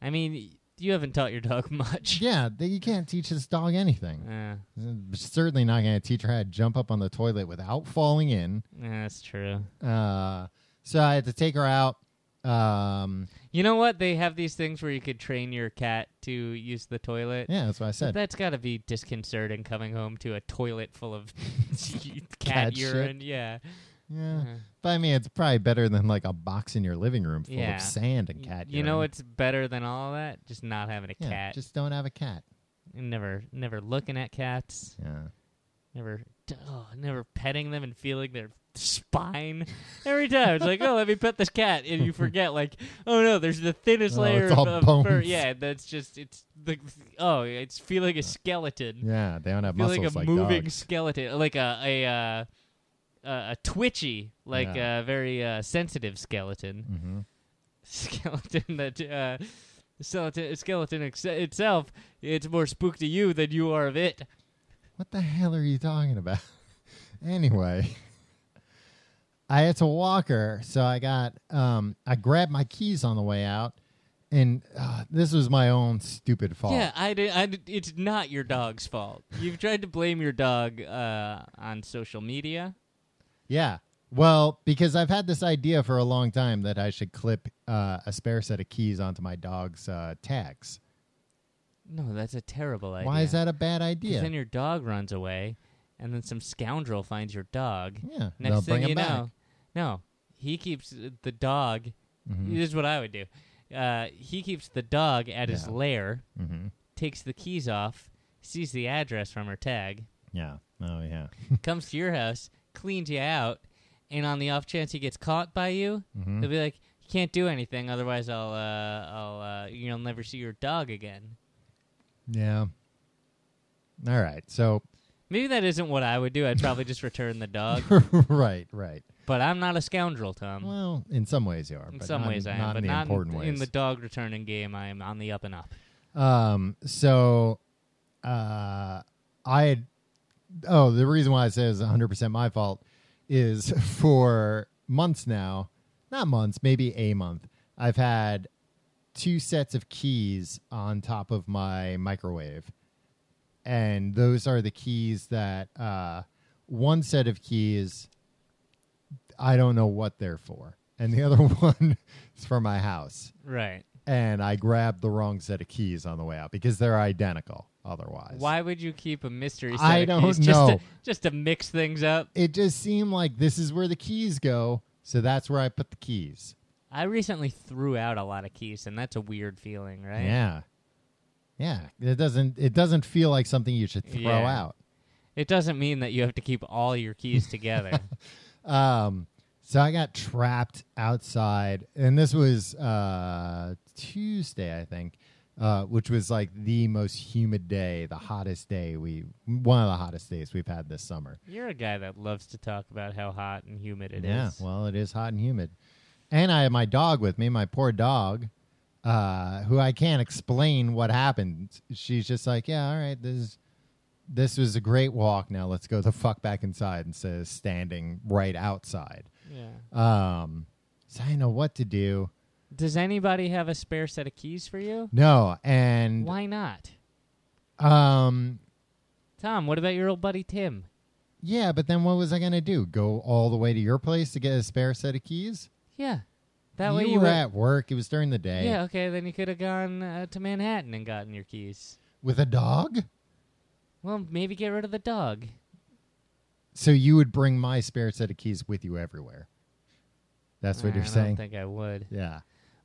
[SPEAKER 2] I mean, y- you haven't taught your dog <laughs> much. Uh,
[SPEAKER 1] yeah, th- you can't teach this dog anything.
[SPEAKER 2] Yeah,
[SPEAKER 1] certainly not going to teach her how to jump up on the toilet without falling in.
[SPEAKER 2] that's true.
[SPEAKER 1] Uh, so I had to take her out. Um,
[SPEAKER 2] You know what? They have these things where you could train your cat to use the toilet.
[SPEAKER 1] yeah, that's what I
[SPEAKER 2] But
[SPEAKER 1] said.
[SPEAKER 2] that's got to be disconcerting coming home to a toilet full
[SPEAKER 1] <laughs>
[SPEAKER 2] of <laughs> cat,
[SPEAKER 1] Cat shit.
[SPEAKER 2] urine. Yeah.
[SPEAKER 1] Yeah.
[SPEAKER 2] Uh.
[SPEAKER 1] But I mean, it's probably better than like a box in your living room full
[SPEAKER 2] Yeah.
[SPEAKER 1] of sand and
[SPEAKER 2] Y-
[SPEAKER 1] cat.
[SPEAKER 2] You know
[SPEAKER 1] urine.
[SPEAKER 2] what's better than all that? Just not having a
[SPEAKER 1] Yeah,
[SPEAKER 2] cat.
[SPEAKER 1] just don't have a cat.
[SPEAKER 2] And never, never looking at cats.
[SPEAKER 1] Yeah.
[SPEAKER 2] Never, d- oh, never petting them and feeling their spine. <laughs> Every time it's like, oh, let me pet this cat, and
[SPEAKER 1] <laughs>
[SPEAKER 2] you forget, like, oh no, there's the thinnest
[SPEAKER 1] Oh,
[SPEAKER 2] layer
[SPEAKER 1] it's all
[SPEAKER 2] of, of fur.
[SPEAKER 1] bones.
[SPEAKER 2] Yeah, that's just it's the oh, it's feeling a skeleton,
[SPEAKER 1] Yeah, they don't have
[SPEAKER 2] feeling
[SPEAKER 1] muscles
[SPEAKER 2] a
[SPEAKER 1] like
[SPEAKER 2] moving
[SPEAKER 1] dogs.
[SPEAKER 2] skeleton, like a a. Uh, uh, a twitchy, like
[SPEAKER 1] Yeah.
[SPEAKER 2] a very uh, sensitive skeleton. <laughs>
[SPEAKER 1] hmm
[SPEAKER 2] skeleton that uh skeleton, skeleton ex- itself it's more spook to you than you are of it
[SPEAKER 1] What the hell are you talking about? <laughs> anyway, I had to walk her, so I got um I grabbed my keys on the way out, and uh, this was my own stupid fault.
[SPEAKER 2] yeah I, did, I did- it's not your dog's fault you've tried to blame your dog uh on social media
[SPEAKER 1] Yeah. Well, because I've had this idea for a long time that I should clip uh, a spare set of keys onto my dog's uh, tags.
[SPEAKER 2] no that's a terrible idea
[SPEAKER 1] Why is that a bad
[SPEAKER 2] 'Cause
[SPEAKER 1] idea?
[SPEAKER 2] then your dog runs away and then some scoundrel finds your dog
[SPEAKER 1] Yeah,
[SPEAKER 2] next
[SPEAKER 1] they'll
[SPEAKER 2] thing
[SPEAKER 1] bring
[SPEAKER 2] you
[SPEAKER 1] him back.
[SPEAKER 2] know no he keeps the dog
[SPEAKER 1] Mhm.
[SPEAKER 2] this is what i would do uh he keeps the dog at his
[SPEAKER 1] Yeah.
[SPEAKER 2] lair
[SPEAKER 1] hmm
[SPEAKER 2] takes the keys off, sees the address from her
[SPEAKER 1] <laughs>
[SPEAKER 2] tag,
[SPEAKER 1] Yeah. Oh yeah.
[SPEAKER 2] comes to your house, cleans you out, and on the off chance he gets caught by you,
[SPEAKER 1] Mhm.
[SPEAKER 2] he'll be like, "You can't do anything, otherwise I'll, uh, I'll, uh, you'll never see your dog again."
[SPEAKER 1] Yeah. All right. So <laughs>
[SPEAKER 2] Maybe that isn't what I would do. I'd probably just return the dog,
[SPEAKER 1] right, right.
[SPEAKER 2] but I'm not a scoundrel, Tom.
[SPEAKER 1] Well, in some ways you are.
[SPEAKER 2] um, in
[SPEAKER 1] but
[SPEAKER 2] some
[SPEAKER 1] not
[SPEAKER 2] ways, I am,
[SPEAKER 1] not in
[SPEAKER 2] but
[SPEAKER 1] the
[SPEAKER 2] not
[SPEAKER 1] important
[SPEAKER 2] in,
[SPEAKER 1] ways.
[SPEAKER 2] in the dog returning game. I am on the up and up.
[SPEAKER 1] Um, so, uh, I had, oh, the reason why I say it's 100% my fault is <laughs> for months now, not months, maybe a month, I've had two sets of keys on top of my microwave. And those are the keys that, uh, one set of keys, I don't know what they're for. And the other <laughs> one is for my house
[SPEAKER 2] Right?
[SPEAKER 1] and I grabbed the wrong set of keys on the way out because they're identical otherwise.
[SPEAKER 2] Why would you keep a mystery? Set
[SPEAKER 1] I
[SPEAKER 2] of
[SPEAKER 1] don't
[SPEAKER 2] keys
[SPEAKER 1] know.
[SPEAKER 2] Just to, just to mix things up.
[SPEAKER 1] It just seemed like this is where the keys go, so that's where I put the keys.
[SPEAKER 2] I recently threw out a lot of keys, and that's a weird feeling, right?
[SPEAKER 1] Yeah. Yeah. It doesn't it doesn't feel like something you should throw
[SPEAKER 2] Yeah.
[SPEAKER 1] out.
[SPEAKER 2] It doesn't mean that you have to keep all
[SPEAKER 1] <laughs>
[SPEAKER 2] your keys together.
[SPEAKER 1] Um, so I got trapped outside, and this was uh, Tuesday, I think, uh, which was like the most humid day, the hottest day we one of the hottest days we've had this summer.
[SPEAKER 2] You're a guy that loves to talk about how hot and humid it is.
[SPEAKER 1] yeah, well, it is hot and humid. And I had my dog with me, my poor dog, uh, who I can't explain what happened. She's just like, yeah, all right, this is, this was a great walk. Now let's go the fuck back inside instead of standing right outside.
[SPEAKER 2] Yeah.
[SPEAKER 1] Um, so I didn't know what to do.
[SPEAKER 2] Does anybody have a spare set of keys for you?
[SPEAKER 1] No, and
[SPEAKER 2] Why not?
[SPEAKER 1] um,
[SPEAKER 2] Tom, what about your old buddy Tim?
[SPEAKER 1] Yeah, but then what was I going to do? Go all the way to your place to get a spare set of keys?
[SPEAKER 2] Yeah. That way
[SPEAKER 1] you,
[SPEAKER 2] you
[SPEAKER 1] were
[SPEAKER 2] would-
[SPEAKER 1] at work. It was during the day.
[SPEAKER 2] Yeah, okay, then you could have gone uh, to Manhattan and gotten your keys.
[SPEAKER 1] With a dog?
[SPEAKER 2] Well, maybe get rid of the dog.
[SPEAKER 1] So you would bring my spare set of keys with you everywhere. That's what
[SPEAKER 2] I
[SPEAKER 1] you're
[SPEAKER 2] don't
[SPEAKER 1] saying?
[SPEAKER 2] think I would.
[SPEAKER 1] yeah.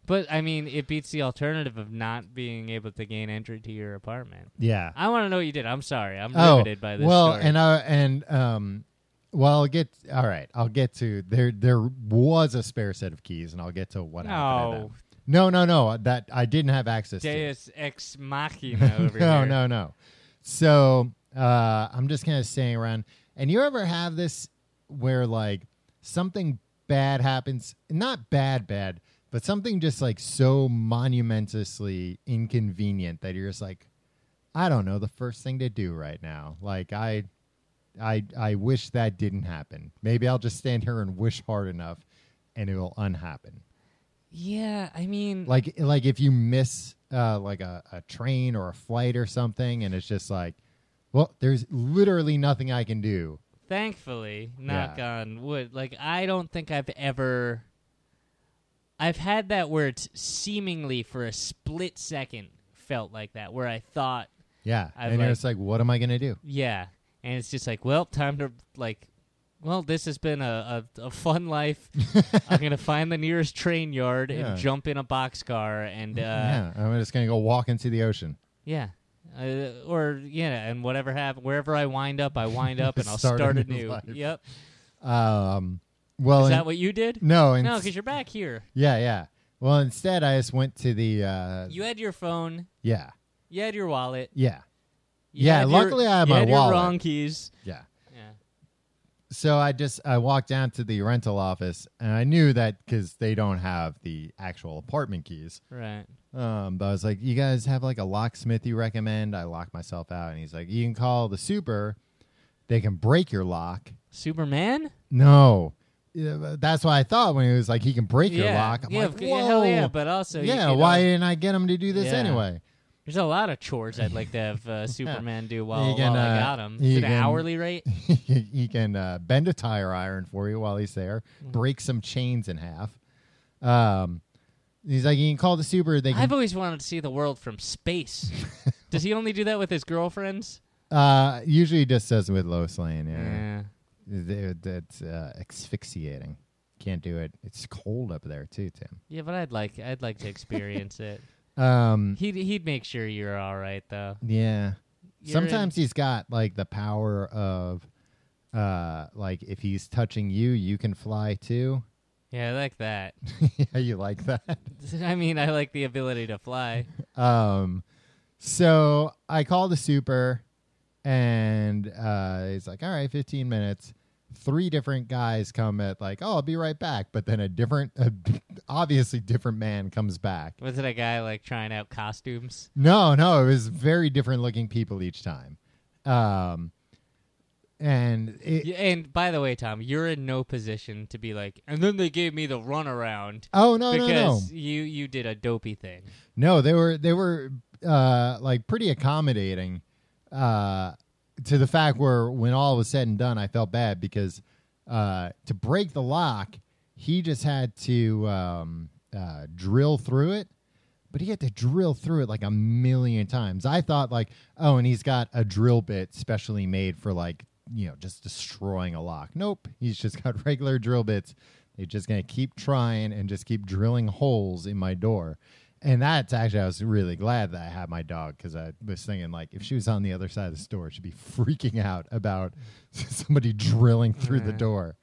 [SPEAKER 2] But I mean, it beats the alternative of not being able to gain entry to your apartment.
[SPEAKER 1] Yeah.
[SPEAKER 2] I want to know what you did. I'm sorry. I'm
[SPEAKER 1] oh,
[SPEAKER 2] riveted by this
[SPEAKER 1] well,
[SPEAKER 2] story.
[SPEAKER 1] and uh, and um, well, I'll get all right. I'll get to there. There was a spare set of keys, and I'll get to what happened. to
[SPEAKER 2] no,
[SPEAKER 1] them. No, no, no. That I didn't have access to.
[SPEAKER 2] Oh,
[SPEAKER 1] Oh,
[SPEAKER 2] Deus ex machina
[SPEAKER 1] <laughs>
[SPEAKER 2] over
[SPEAKER 1] no,
[SPEAKER 2] here.
[SPEAKER 1] no, no. So uh, I'm just kind of staying around. And you ever have this where like something bad happens? Not bad, bad, but something just like so monumentously inconvenient that you're just like, I don't know the first thing to do right now. Like I, I, I wish that didn't happen. Maybe I'll just stand here and wish hard enough, and it will unhappen
[SPEAKER 2] Yeah, I mean,
[SPEAKER 1] like like if you miss uh, like a, a train or a flight or something and it's just like well there's literally nothing i can do
[SPEAKER 2] thankfully, knock on wood. Like, I don't think I've ever. I've had that where it's seemingly for a split second felt like that, where I thought,
[SPEAKER 1] yeah
[SPEAKER 2] I've
[SPEAKER 1] and
[SPEAKER 2] like-
[SPEAKER 1] it's like what am i gonna
[SPEAKER 2] <laughs>
[SPEAKER 1] do
[SPEAKER 2] yeah, and it's just like, well, time to like. Well, this has been a, a, a
[SPEAKER 1] <laughs>
[SPEAKER 2] fun life. I'm gonna find the nearest train yard
[SPEAKER 1] Yeah.
[SPEAKER 2] and jump in a boxcar and uh,
[SPEAKER 1] yeah i'm just gonna go walk into the ocean
[SPEAKER 2] Yeah. Uh, or yeah, and whatever happen wherever I wind up,
[SPEAKER 1] <laughs>
[SPEAKER 2] I wind up and I'll
[SPEAKER 1] Start
[SPEAKER 2] start,
[SPEAKER 1] a
[SPEAKER 2] a
[SPEAKER 1] new
[SPEAKER 2] new.
[SPEAKER 1] life.
[SPEAKER 2] Yep.
[SPEAKER 1] um well
[SPEAKER 2] Is
[SPEAKER 1] in-
[SPEAKER 2] that what you
[SPEAKER 1] <laughs>
[SPEAKER 2] did?
[SPEAKER 1] no in-
[SPEAKER 2] No, because you're back here.
[SPEAKER 1] yeah yeah well instead i just went to the uh
[SPEAKER 2] You had your phone.
[SPEAKER 1] yeah
[SPEAKER 2] You had your wallet.
[SPEAKER 1] yeah
[SPEAKER 2] You
[SPEAKER 1] Yeah,
[SPEAKER 2] had
[SPEAKER 1] luckily
[SPEAKER 2] your,
[SPEAKER 1] I had
[SPEAKER 2] you
[SPEAKER 1] my
[SPEAKER 2] had your
[SPEAKER 1] wallet.
[SPEAKER 2] wrong keys.
[SPEAKER 1] yeah
[SPEAKER 2] Yeah.
[SPEAKER 1] so I just I walked down to the rental office and I knew that because they don't have the actual apartment keys.
[SPEAKER 2] Right.
[SPEAKER 1] Um, but I was like, you guys have like a locksmith you recommend? I lock myself out, and he's like, you can call the super. They can break your lock.
[SPEAKER 2] Superman.
[SPEAKER 1] No, Yeah, but that's what I thought when he was like, he can break your
[SPEAKER 2] yeah.
[SPEAKER 1] lock. I'm
[SPEAKER 2] yeah.
[SPEAKER 1] like,
[SPEAKER 2] of- yeah, Hell yeah.
[SPEAKER 1] "Whoa."
[SPEAKER 2] But also, you
[SPEAKER 1] yeah.
[SPEAKER 2] could,
[SPEAKER 1] Why
[SPEAKER 2] uh,
[SPEAKER 1] didn't I get him to do this
[SPEAKER 2] Yeah.
[SPEAKER 1] anyway? <laughs>
[SPEAKER 2] there's a lot of chores I'd like to have uh, Superman do while,
[SPEAKER 1] can,
[SPEAKER 2] while I
[SPEAKER 1] uh,
[SPEAKER 2] got him.
[SPEAKER 1] you
[SPEAKER 2] Is it an
[SPEAKER 1] can-
[SPEAKER 2] hourly rate?
[SPEAKER 1] he can uh, bend a tire iron for you while he's there,
[SPEAKER 2] Mm-hmm.
[SPEAKER 1] break some chains in half. Um, he's like, you can call the super. They
[SPEAKER 2] I've
[SPEAKER 1] can.
[SPEAKER 2] always wanted to see the world from space. Does he only do that with his girlfriends?
[SPEAKER 1] <laughs> Uh, usually he just does it with Lois Lane. yeah.
[SPEAKER 2] yeah.
[SPEAKER 1] Th- That's uh, asphyxiating. Can't do it. It's cold up there too, Tim.
[SPEAKER 2] Yeah, but I'd like I'd like to
[SPEAKER 1] <laughs>
[SPEAKER 2] experience it.
[SPEAKER 1] Um,
[SPEAKER 2] He'd he'd make sure you're all right though.
[SPEAKER 1] yeah.
[SPEAKER 2] You're
[SPEAKER 1] Sometimes he's got like the power of, uh, like if he's touching you, you can fly too. <laughs>
[SPEAKER 2] in- yeah, I like that. <laughs>
[SPEAKER 1] yeah, you like that.
[SPEAKER 2] I mean, I like the ability to fly.
[SPEAKER 1] Um, so I call the super, and uh, he's like, "All right, fifteen minutes." Three different guys come at like, "Oh, I'll be right back," but then a different, a <laughs> obviously different man comes back.
[SPEAKER 2] Was it a guy like trying out costumes?
[SPEAKER 1] No, no, it was very different looking people each time. Um, and it,
[SPEAKER 2] Y- And by the way, Tom, you're in no position to be like. And then they gave me the runaround
[SPEAKER 1] oh no, no, no,
[SPEAKER 2] because you you did a dopey thing.
[SPEAKER 1] no, they were they were uh like pretty accommodating uh to the fact where when all was said and done, I felt bad because uh to break the lock, he just had to um uh drill through it. But he had to drill through it like a million times. I thought like, oh, and he's got a drill bit specially made for like, you know, just destroying a lock. Nope. He's just <laughs> got regular drill bits. They're just gonna keep trying and just keep drilling holes in my door. And that's actually I was really glad that I had my dog because I was thinking like if she was on the other side of the store, she'd be freaking out about <laughs> somebody drilling through the
[SPEAKER 2] Yeah.
[SPEAKER 1] door.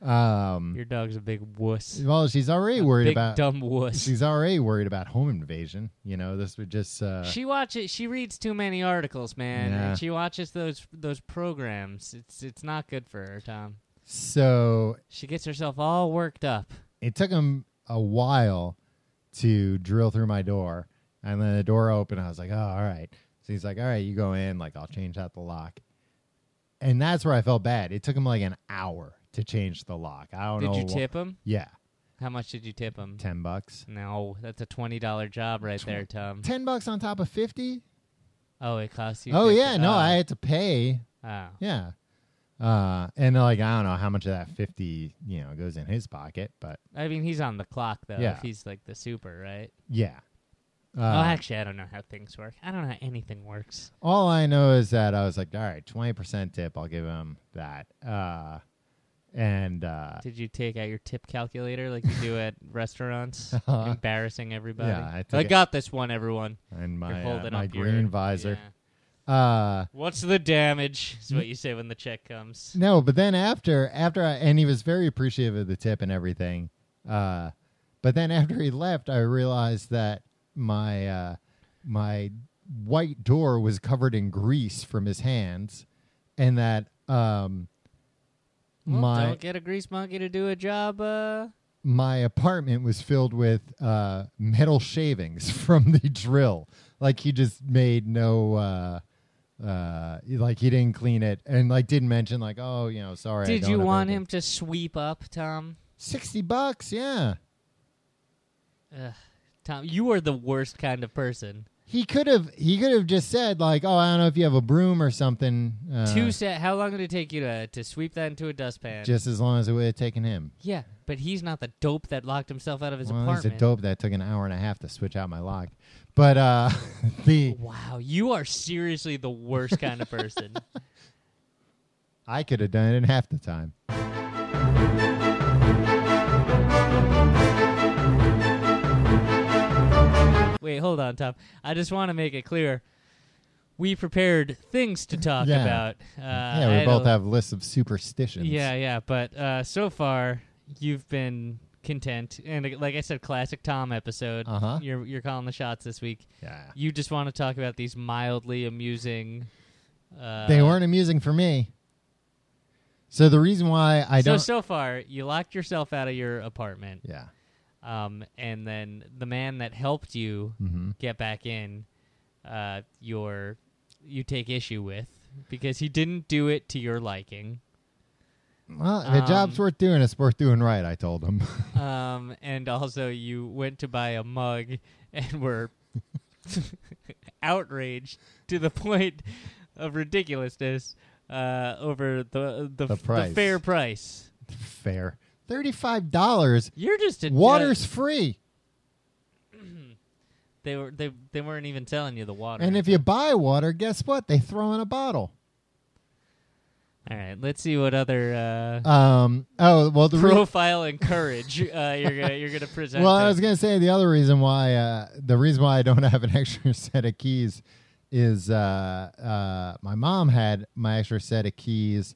[SPEAKER 1] Um,
[SPEAKER 2] Your dog's a big wuss.
[SPEAKER 1] well, she's already worried
[SPEAKER 2] Big
[SPEAKER 1] about
[SPEAKER 2] dumb wuss.
[SPEAKER 1] she's already worried about home invasion. You know, this would just uh,
[SPEAKER 2] She watches. She reads too many articles, man.
[SPEAKER 1] Yeah.
[SPEAKER 2] And she watches those those programs. It's it's not good for her, Tom.
[SPEAKER 1] so
[SPEAKER 2] She gets herself all worked up.
[SPEAKER 1] it took him a while to drill through my door, and then the door opened. I was like, oh, all right. So he's like, all right, you go in. Like I'll change out the lock, and that's where I felt bad. It took him like an hour to change the lock. I don't
[SPEAKER 2] Did
[SPEAKER 1] know.
[SPEAKER 2] you
[SPEAKER 1] wh-
[SPEAKER 2] tip him?
[SPEAKER 1] Yeah,
[SPEAKER 2] How much did you tip him?
[SPEAKER 1] ten bucks.
[SPEAKER 2] No, that's a twenty dollar job right there, Tom.
[SPEAKER 1] Ten bucks on top of fifty.
[SPEAKER 2] Oh, it costs Mm-hmm. you.
[SPEAKER 1] oh
[SPEAKER 2] 50
[SPEAKER 1] yeah, no,
[SPEAKER 2] oh.
[SPEAKER 1] I had to pay.
[SPEAKER 2] Oh.
[SPEAKER 1] Yeah. Uh, and like I don't know how much of that fifty, you know, goes in his pocket, but
[SPEAKER 2] I mean, he's on the clock though.
[SPEAKER 1] Yeah.
[SPEAKER 2] If he's like the super, right?
[SPEAKER 1] yeah. Uh,
[SPEAKER 2] oh, actually, I don't know how things work. I don't know how anything works.
[SPEAKER 1] all I know is that I was like, all right, twenty percent tip, I'll give him that. Uh, and uh,
[SPEAKER 2] Did you take out your tip calculator like you
[SPEAKER 1] <laughs>
[SPEAKER 2] do at restaurants, embarrassing everybody?
[SPEAKER 1] Uh-huh. Yeah, I took
[SPEAKER 2] I
[SPEAKER 1] it-
[SPEAKER 2] got this one, everyone.
[SPEAKER 1] and
[SPEAKER 2] You're
[SPEAKER 1] my uh,
[SPEAKER 2] holding
[SPEAKER 1] my
[SPEAKER 2] up your-
[SPEAKER 1] green visor.
[SPEAKER 2] Yeah.
[SPEAKER 1] Uh,
[SPEAKER 2] What's the damage? Is what you say when the check comes.
[SPEAKER 1] No, but then after after I and he was very appreciative of the tip and everything. Uh but then after he left I realized that my uh my white door was covered in grease from his hands and that um
[SPEAKER 2] Well,
[SPEAKER 1] my
[SPEAKER 2] don't get a grease monkey to do a job. Uh,
[SPEAKER 1] my apartment was filled with uh metal shavings <laughs> from the drill. Like he just made no uh uh like he didn't clean it and like didn't mention like oh you know sorry I
[SPEAKER 2] did
[SPEAKER 1] don't
[SPEAKER 2] you
[SPEAKER 1] have
[SPEAKER 2] want
[SPEAKER 1] anything.
[SPEAKER 2] him to sweep up, Tom?
[SPEAKER 1] 60 bucks, yeah.
[SPEAKER 2] Tom, you are the worst kind of person.
[SPEAKER 1] He could have he could have just said like, "Oh, I don't know if you have a broom or something." Uh,
[SPEAKER 2] Two set. How long did it take you to to sweep that into a dustpan?
[SPEAKER 1] just as long as it would have taken him.
[SPEAKER 2] yeah, but he's not the dope that locked himself out of his
[SPEAKER 1] Well,
[SPEAKER 2] apartment.
[SPEAKER 1] he's a dope that took an hour and a half to switch out my lock. But uh <laughs> the
[SPEAKER 2] Wow, you are seriously the worst kind
[SPEAKER 1] <laughs>
[SPEAKER 2] of person.
[SPEAKER 1] I could have done it in half the time.
[SPEAKER 2] Wait, hold on, Tom. I just want to make it clear. We prepared things to talk
[SPEAKER 1] Yeah.
[SPEAKER 2] about. Uh,
[SPEAKER 1] yeah, we
[SPEAKER 2] I
[SPEAKER 1] both
[SPEAKER 2] don't-
[SPEAKER 1] have lists of superstitions.
[SPEAKER 2] Yeah, yeah, but uh, so far you've been content, and uh, like I said, classic Tom episode.
[SPEAKER 1] Uh-huh.
[SPEAKER 2] You're you're calling the shots this week.
[SPEAKER 1] Yeah.
[SPEAKER 2] You just want to talk about these mildly amusing. Uh,
[SPEAKER 1] They weren't amusing for me. So the reason why I
[SPEAKER 2] so
[SPEAKER 1] don't
[SPEAKER 2] so far you locked yourself out of your apartment,
[SPEAKER 1] Yeah.
[SPEAKER 2] um, and then the man that helped you
[SPEAKER 1] Mhm.
[SPEAKER 2] get back in, uh, your you take issue with because he didn't do it to your liking.
[SPEAKER 1] Well, if the
[SPEAKER 2] Um,
[SPEAKER 1] job's worth doing, it's worth doing right, I told him. <laughs>
[SPEAKER 2] Um, and also, you went to buy a mug and were <laughs> outraged to the point of ridiculousness uh, over the the,
[SPEAKER 1] The
[SPEAKER 2] f-
[SPEAKER 1] price.
[SPEAKER 2] fair price.
[SPEAKER 1] Fair. $35.
[SPEAKER 2] You're just a
[SPEAKER 1] Water's
[SPEAKER 2] uh,
[SPEAKER 1] free.
[SPEAKER 2] they were they they weren't even telling you the water.
[SPEAKER 1] And if you buy water, guess what? They throw in a bottle.
[SPEAKER 2] all right, let's see what other uh,
[SPEAKER 1] Um. Oh well, the re-
[SPEAKER 2] profile and courage uh, you're gonna, you're gonna present.
[SPEAKER 1] well, I
[SPEAKER 2] to-
[SPEAKER 1] was gonna <laughs> say the other reason why uh, the reason why I don't <laughs> have an extra set of keys is uh, uh, my mom had my extra set of keys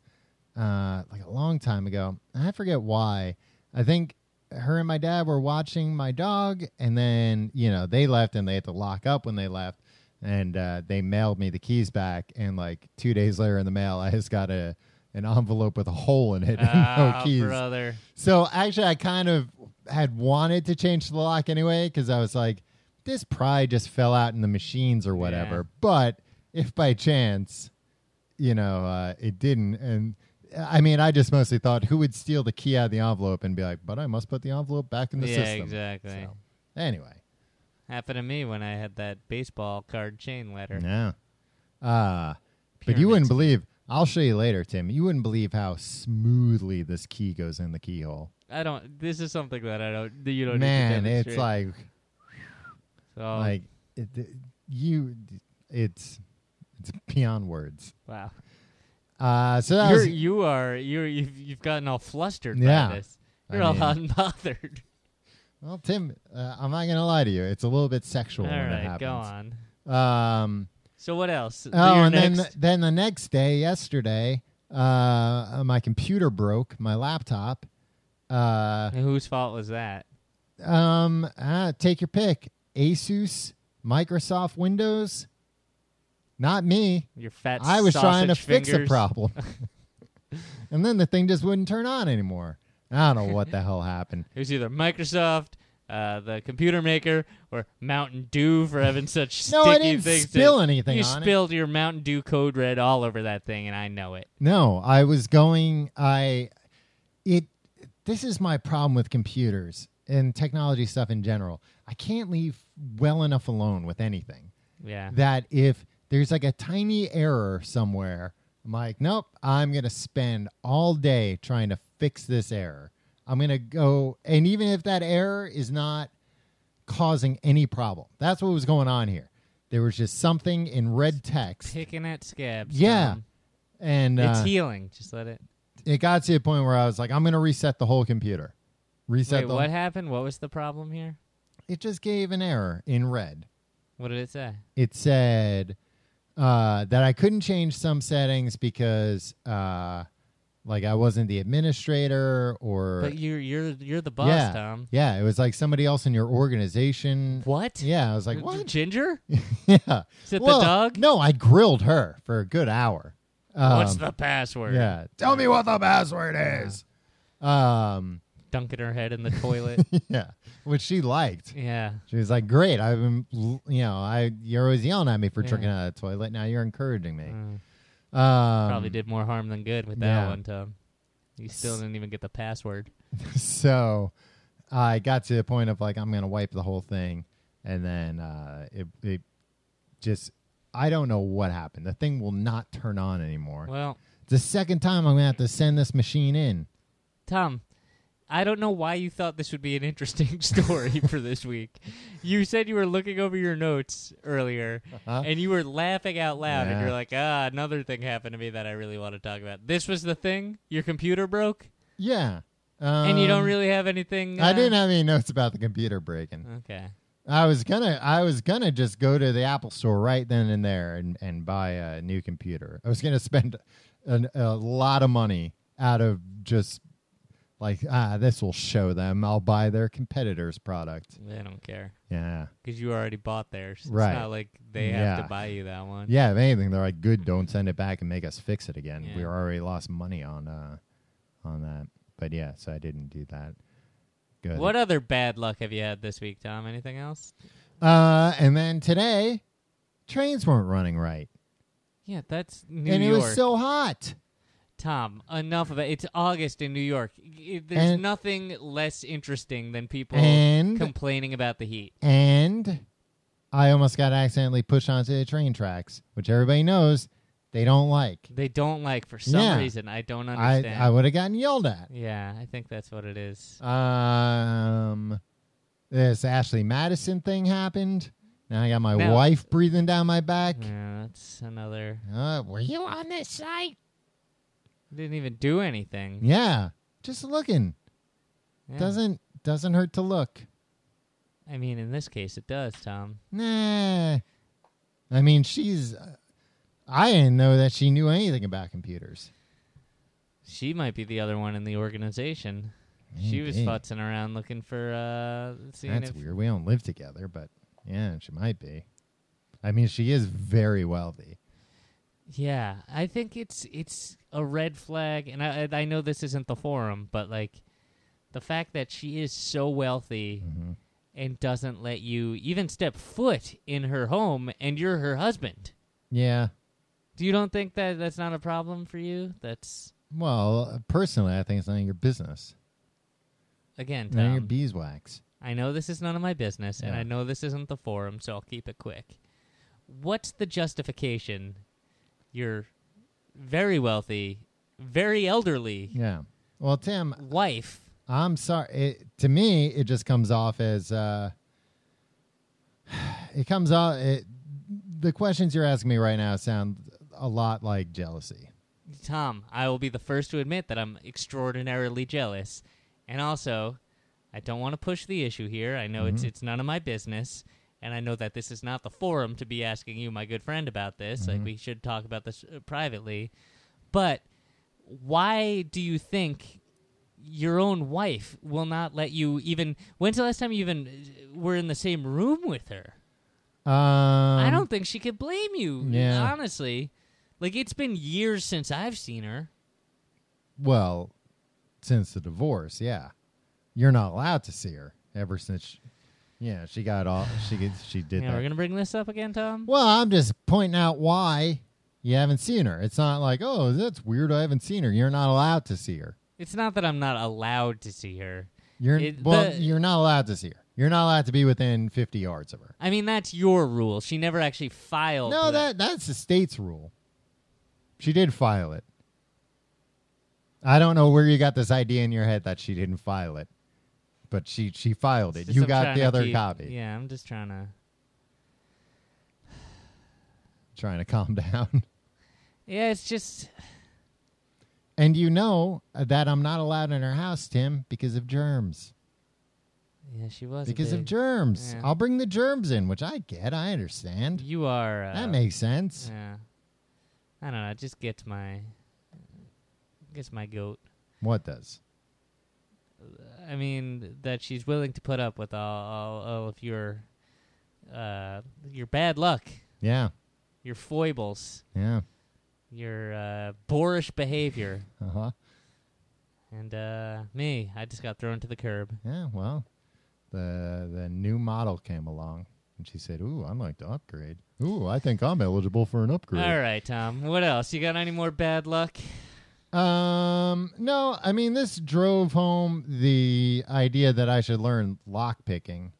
[SPEAKER 1] uh, like a long time ago. And I forget why. I think her and my dad were watching my dog, and then you know they left, and they had to lock up when they left, and uh, they mailed me the keys back. And like two days later in the mail, I just got a an envelope with a hole in it and
[SPEAKER 2] Ah,
[SPEAKER 1] no keys.
[SPEAKER 2] brother.
[SPEAKER 1] So actually, I kind of had wanted to change the lock anyway because I was like, this probably just fell out in the machines or whatever.
[SPEAKER 2] Yeah.
[SPEAKER 1] But if by chance, you know, uh, it didn't, and I mean, I just mostly thought who would steal the key out of the envelope and be like, but I must put the envelope back in the
[SPEAKER 2] yeah,
[SPEAKER 1] system.
[SPEAKER 2] exactly.
[SPEAKER 1] So, anyway,
[SPEAKER 2] Happened to me when I had that baseball card chain letter.
[SPEAKER 1] yeah. Uh, but you
[SPEAKER 2] Pyramids.
[SPEAKER 1] wouldn't believe. I'll show you later, Tim. You wouldn't believe how smoothly this key goes in the keyhole.
[SPEAKER 2] I don't. This is something that I don't. that you don't.
[SPEAKER 1] Man,
[SPEAKER 2] need to
[SPEAKER 1] it's
[SPEAKER 2] demonstrate.
[SPEAKER 1] like
[SPEAKER 2] So,
[SPEAKER 1] like it, it- you it's it's beyond words
[SPEAKER 2] wow.
[SPEAKER 1] uh so that
[SPEAKER 2] You're,
[SPEAKER 1] was,
[SPEAKER 2] you are you're you've, you've gotten all flustered
[SPEAKER 1] Yeah.
[SPEAKER 2] by this.
[SPEAKER 1] I
[SPEAKER 2] You're all
[SPEAKER 1] mean-
[SPEAKER 2] <laughs> unbothered.
[SPEAKER 1] well tim uh, i'm not gonna lie to you it's a little bit sexual
[SPEAKER 2] all
[SPEAKER 1] when it
[SPEAKER 2] right,
[SPEAKER 1] happens
[SPEAKER 2] go on.
[SPEAKER 1] um
[SPEAKER 2] So what else?
[SPEAKER 1] oh
[SPEAKER 2] You're
[SPEAKER 1] and then
[SPEAKER 2] next.
[SPEAKER 1] then the next day yesterday uh my computer broke my laptop uh
[SPEAKER 2] And whose fault was that?
[SPEAKER 1] um ah, take your pick asus microsoft windows not me
[SPEAKER 2] Your fat.
[SPEAKER 1] I was trying to
[SPEAKER 2] sausage
[SPEAKER 1] fix a
[SPEAKER 2] fingers?
[SPEAKER 1] problem.
[SPEAKER 2] <laughs>
[SPEAKER 1] and then the thing just wouldn't turn on anymore. I don't know what the hell
[SPEAKER 2] <laughs>
[SPEAKER 1] happened.
[SPEAKER 2] It was either Microsoft, uh, the computer maker, or Mountain Dew for having such
[SPEAKER 1] <laughs> No,
[SPEAKER 2] sticky
[SPEAKER 1] I didn't
[SPEAKER 2] things.
[SPEAKER 1] spill
[SPEAKER 2] to,
[SPEAKER 1] anything
[SPEAKER 2] You
[SPEAKER 1] on it.
[SPEAKER 2] spilled your Mountain Dew code red all over that thing, and I know it.
[SPEAKER 1] No, I was going I it this is my problem with computers and technology stuff in general. I can't leave well enough alone with anything
[SPEAKER 2] Yeah.
[SPEAKER 1] that if there's like a tiny error somewhere. I'm like, nope, I'm going to spend all day trying to fix this error. I'm going to go, and even if that error is not causing any problem, that's what was going on here. There was just something in red text.
[SPEAKER 2] Picking at scabs.
[SPEAKER 1] Yeah.
[SPEAKER 2] Tom.
[SPEAKER 1] And uh,
[SPEAKER 2] it's healing. Just let it.
[SPEAKER 1] it got to a point where I was like, I'm going to reset the whole computer. Reset
[SPEAKER 2] Wait,
[SPEAKER 1] the
[SPEAKER 2] what happened? What was the problem here?
[SPEAKER 1] It just gave an error in red.
[SPEAKER 2] What did it say?
[SPEAKER 1] It said uh, that I couldn't change some settings because, uh, like, I wasn't the administrator or.
[SPEAKER 2] But you're you're you're the boss,
[SPEAKER 1] yeah,
[SPEAKER 2] Tom.
[SPEAKER 1] yeah, it was like somebody else in your organization.
[SPEAKER 2] What?
[SPEAKER 1] Yeah, I was like,
[SPEAKER 2] G-
[SPEAKER 1] what?
[SPEAKER 2] Ginger?
[SPEAKER 1] <laughs> yeah.
[SPEAKER 2] Is it
[SPEAKER 1] Well,
[SPEAKER 2] the dog?
[SPEAKER 1] No, I grilled her for a good hour.
[SPEAKER 2] What's
[SPEAKER 1] Um,
[SPEAKER 2] the password?
[SPEAKER 1] Yeah, tell me what the password is. Um, <laughs>
[SPEAKER 2] Dunking her head in the toilet.
[SPEAKER 1] yeah, which she liked.
[SPEAKER 2] yeah.
[SPEAKER 1] She was like, "Great, I've been, you know, I you're always yelling at me for
[SPEAKER 2] Yeah.
[SPEAKER 1] tricking out of the toilet. Now you're encouraging me."
[SPEAKER 2] Mm.
[SPEAKER 1] Um,
[SPEAKER 2] Probably did more harm than good with that
[SPEAKER 1] yeah.
[SPEAKER 2] one, Tom. You still didn't even get the password.
[SPEAKER 1] So I got to the point of like, I'm gonna wipe the whole thing, and then uh, it it just I don't know what happened. The thing will not turn on anymore.
[SPEAKER 2] Well,
[SPEAKER 1] The second time I'm gonna have to send this machine in.
[SPEAKER 2] Tom, I don't know why you thought this would be an interesting <laughs> story for this week. You said you were looking over your notes earlier
[SPEAKER 1] Uh-huh.
[SPEAKER 2] and you were laughing out loud and
[SPEAKER 1] Yeah.
[SPEAKER 2] you're like, ah, another thing happened to me that I really want to talk about. This was the thing? Your computer broke?
[SPEAKER 1] Yeah, um,
[SPEAKER 2] and you don't really have anything?
[SPEAKER 1] I
[SPEAKER 2] uh,
[SPEAKER 1] didn't have any notes about the computer breaking.
[SPEAKER 2] Okay.
[SPEAKER 1] I was gonna I was gonna just go to the Apple store right then and there and, and buy a new computer. I was gonna <laughs> spend an, a lot of money out of just like ah this will show them I'll buy their competitor's product.
[SPEAKER 2] They don't care.
[SPEAKER 1] Yeah.
[SPEAKER 2] Because you already bought theirs.
[SPEAKER 1] Right.
[SPEAKER 2] It's not like they have
[SPEAKER 1] Yeah.
[SPEAKER 2] to buy you that one.
[SPEAKER 1] Yeah, if anything they're like good, don't send it back and make us fix it again. We
[SPEAKER 2] Yeah.
[SPEAKER 1] already lost money on uh on that. But yeah, so I didn't do that. Good.
[SPEAKER 2] What other bad luck have you had this week, Tom? Anything else?
[SPEAKER 1] uh and then today trains weren't running right.
[SPEAKER 2] Yeah, that's New
[SPEAKER 1] and
[SPEAKER 2] York.
[SPEAKER 1] it was so hot.
[SPEAKER 2] Tom, enough of it. It's August in New York. Y- y- There's
[SPEAKER 1] And-
[SPEAKER 2] nothing less interesting than people
[SPEAKER 1] And
[SPEAKER 2] complaining about the heat.
[SPEAKER 1] and I almost got accidentally pushed onto the train tracks, which everybody knows they don't like.
[SPEAKER 2] They don't like for some
[SPEAKER 1] Yeah.
[SPEAKER 2] reason. I don't
[SPEAKER 1] I,
[SPEAKER 2] understand.
[SPEAKER 1] I would have gotten yelled at.
[SPEAKER 2] yeah, I think that's what it is.
[SPEAKER 1] Um, this Ashley Madison thing happened. Now I got my
[SPEAKER 2] Now- Mm.
[SPEAKER 1] wife breathing down my back.
[SPEAKER 2] Yeah, that's another.
[SPEAKER 1] Uh, were you on this site?
[SPEAKER 2] Didn't even do anything.
[SPEAKER 1] Yeah, just looking.
[SPEAKER 2] Yeah.
[SPEAKER 1] Doesn't doesn't hurt to look.
[SPEAKER 2] I mean, in this case, it does, Tom.
[SPEAKER 1] Nah. I mean, she's. I didn't know that she knew anything about computers.
[SPEAKER 2] She might be the other one in the organization. She was
[SPEAKER 1] Maybe.
[SPEAKER 2] futzing around looking for uh seeing
[SPEAKER 1] That's
[SPEAKER 2] if
[SPEAKER 1] weird. We don't live together, but yeah, she might be. I mean, she is very wealthy.
[SPEAKER 2] Yeah, I think it's it's a red flag and I I I know this isn't the forum, but like the fact that she is so wealthy
[SPEAKER 1] Mhm.
[SPEAKER 2] and doesn't let you even step foot in her home and you're her husband.
[SPEAKER 1] Yeah.
[SPEAKER 2] Do you don't think that that's not a problem for you? That's
[SPEAKER 1] Well, personally, I think it's none of your business.
[SPEAKER 2] again,
[SPEAKER 1] None of your
[SPEAKER 2] Tom.
[SPEAKER 1] beeswax.
[SPEAKER 2] I know this is none of my business, and
[SPEAKER 1] Yeah.
[SPEAKER 2] I know this isn't the forum, so I'll keep it quick. What's the justification? Your very wealthy, very elderly
[SPEAKER 1] Yeah. Well, Tim,
[SPEAKER 2] wife.
[SPEAKER 1] I'm sorry. It, to me, it just comes off as uh, <sighs> it comes off. It, the questions you're asking me right now sound a lot like jealousy.
[SPEAKER 2] Tom, I will be the first to admit that I'm extraordinarily jealous. And also, I don't want to push the issue here. I know
[SPEAKER 1] Mm-hmm.
[SPEAKER 2] it's it's none of my business, and I know that this is not the forum to be asking you, my good friend, about this.
[SPEAKER 1] Mm-hmm.
[SPEAKER 2] Like we should talk about this uh, privately. But why do you think your own wife will not let you even When's the last time you even uh, were in the same room with her?
[SPEAKER 1] Um,
[SPEAKER 2] I don't think she could blame you,
[SPEAKER 1] yeah.
[SPEAKER 2] honestly. Like it's been years since I've seen her.
[SPEAKER 1] Well, since the divorce, yeah, you're not allowed to see her ever since. She, yeah, she got all she get, she did
[SPEAKER 2] Yeah,
[SPEAKER 1] that.
[SPEAKER 2] we're gonna bring this up again, Tom.
[SPEAKER 1] well, I'm just pointing out why you haven't seen her. It's not like oh that's weird. I haven't seen her. You're not allowed to see her.
[SPEAKER 2] It's not that I'm not allowed to see her.
[SPEAKER 1] You're
[SPEAKER 2] It-
[SPEAKER 1] well,
[SPEAKER 2] the-
[SPEAKER 1] you're not allowed to see her. You're not allowed to be within 50 yards of her.
[SPEAKER 2] I mean, that's your rule. She never actually filed.
[SPEAKER 1] No,
[SPEAKER 2] the-
[SPEAKER 1] that that's the state's rule. She did file it. I don't know where you got this idea in your head that she didn't file it, but she she filed
[SPEAKER 2] it's
[SPEAKER 1] it.
[SPEAKER 2] just
[SPEAKER 1] You
[SPEAKER 2] I'm
[SPEAKER 1] got
[SPEAKER 2] trying
[SPEAKER 1] the
[SPEAKER 2] to
[SPEAKER 1] other
[SPEAKER 2] keep-
[SPEAKER 1] copy.
[SPEAKER 2] Yeah, I'm just trying to.
[SPEAKER 1] Trying to calm <laughs> down,
[SPEAKER 2] Yeah, it's just
[SPEAKER 1] and you know that I'm not allowed in her house, Tim, because of germs.
[SPEAKER 2] yeah, she was a
[SPEAKER 1] Because of
[SPEAKER 2] big-
[SPEAKER 1] germs,
[SPEAKER 2] yeah.
[SPEAKER 1] I'll bring the germs in, which I get. I understand.
[SPEAKER 2] You are uh,
[SPEAKER 1] That makes sense.
[SPEAKER 2] Yeah, I don't know. It just gets my gets my goat.
[SPEAKER 1] What does?
[SPEAKER 2] I mean that she's willing to put up with all all, all of your uh your bad luck,
[SPEAKER 1] Yeah,
[SPEAKER 2] your foibles,
[SPEAKER 1] yeah,
[SPEAKER 2] your uh, boorish behavior,
[SPEAKER 1] uh huh.
[SPEAKER 2] and uh me, I just got thrown to the curb.
[SPEAKER 1] Yeah, well, the the new model came along, and she said, "Ooh, I'd like to upgrade. Ooh, I think I'm eligible for an upgrade."
[SPEAKER 2] All right, Tom. What else? You got any more bad luck?
[SPEAKER 1] Um, no, I mean this drove home the idea that I should learn lock picking.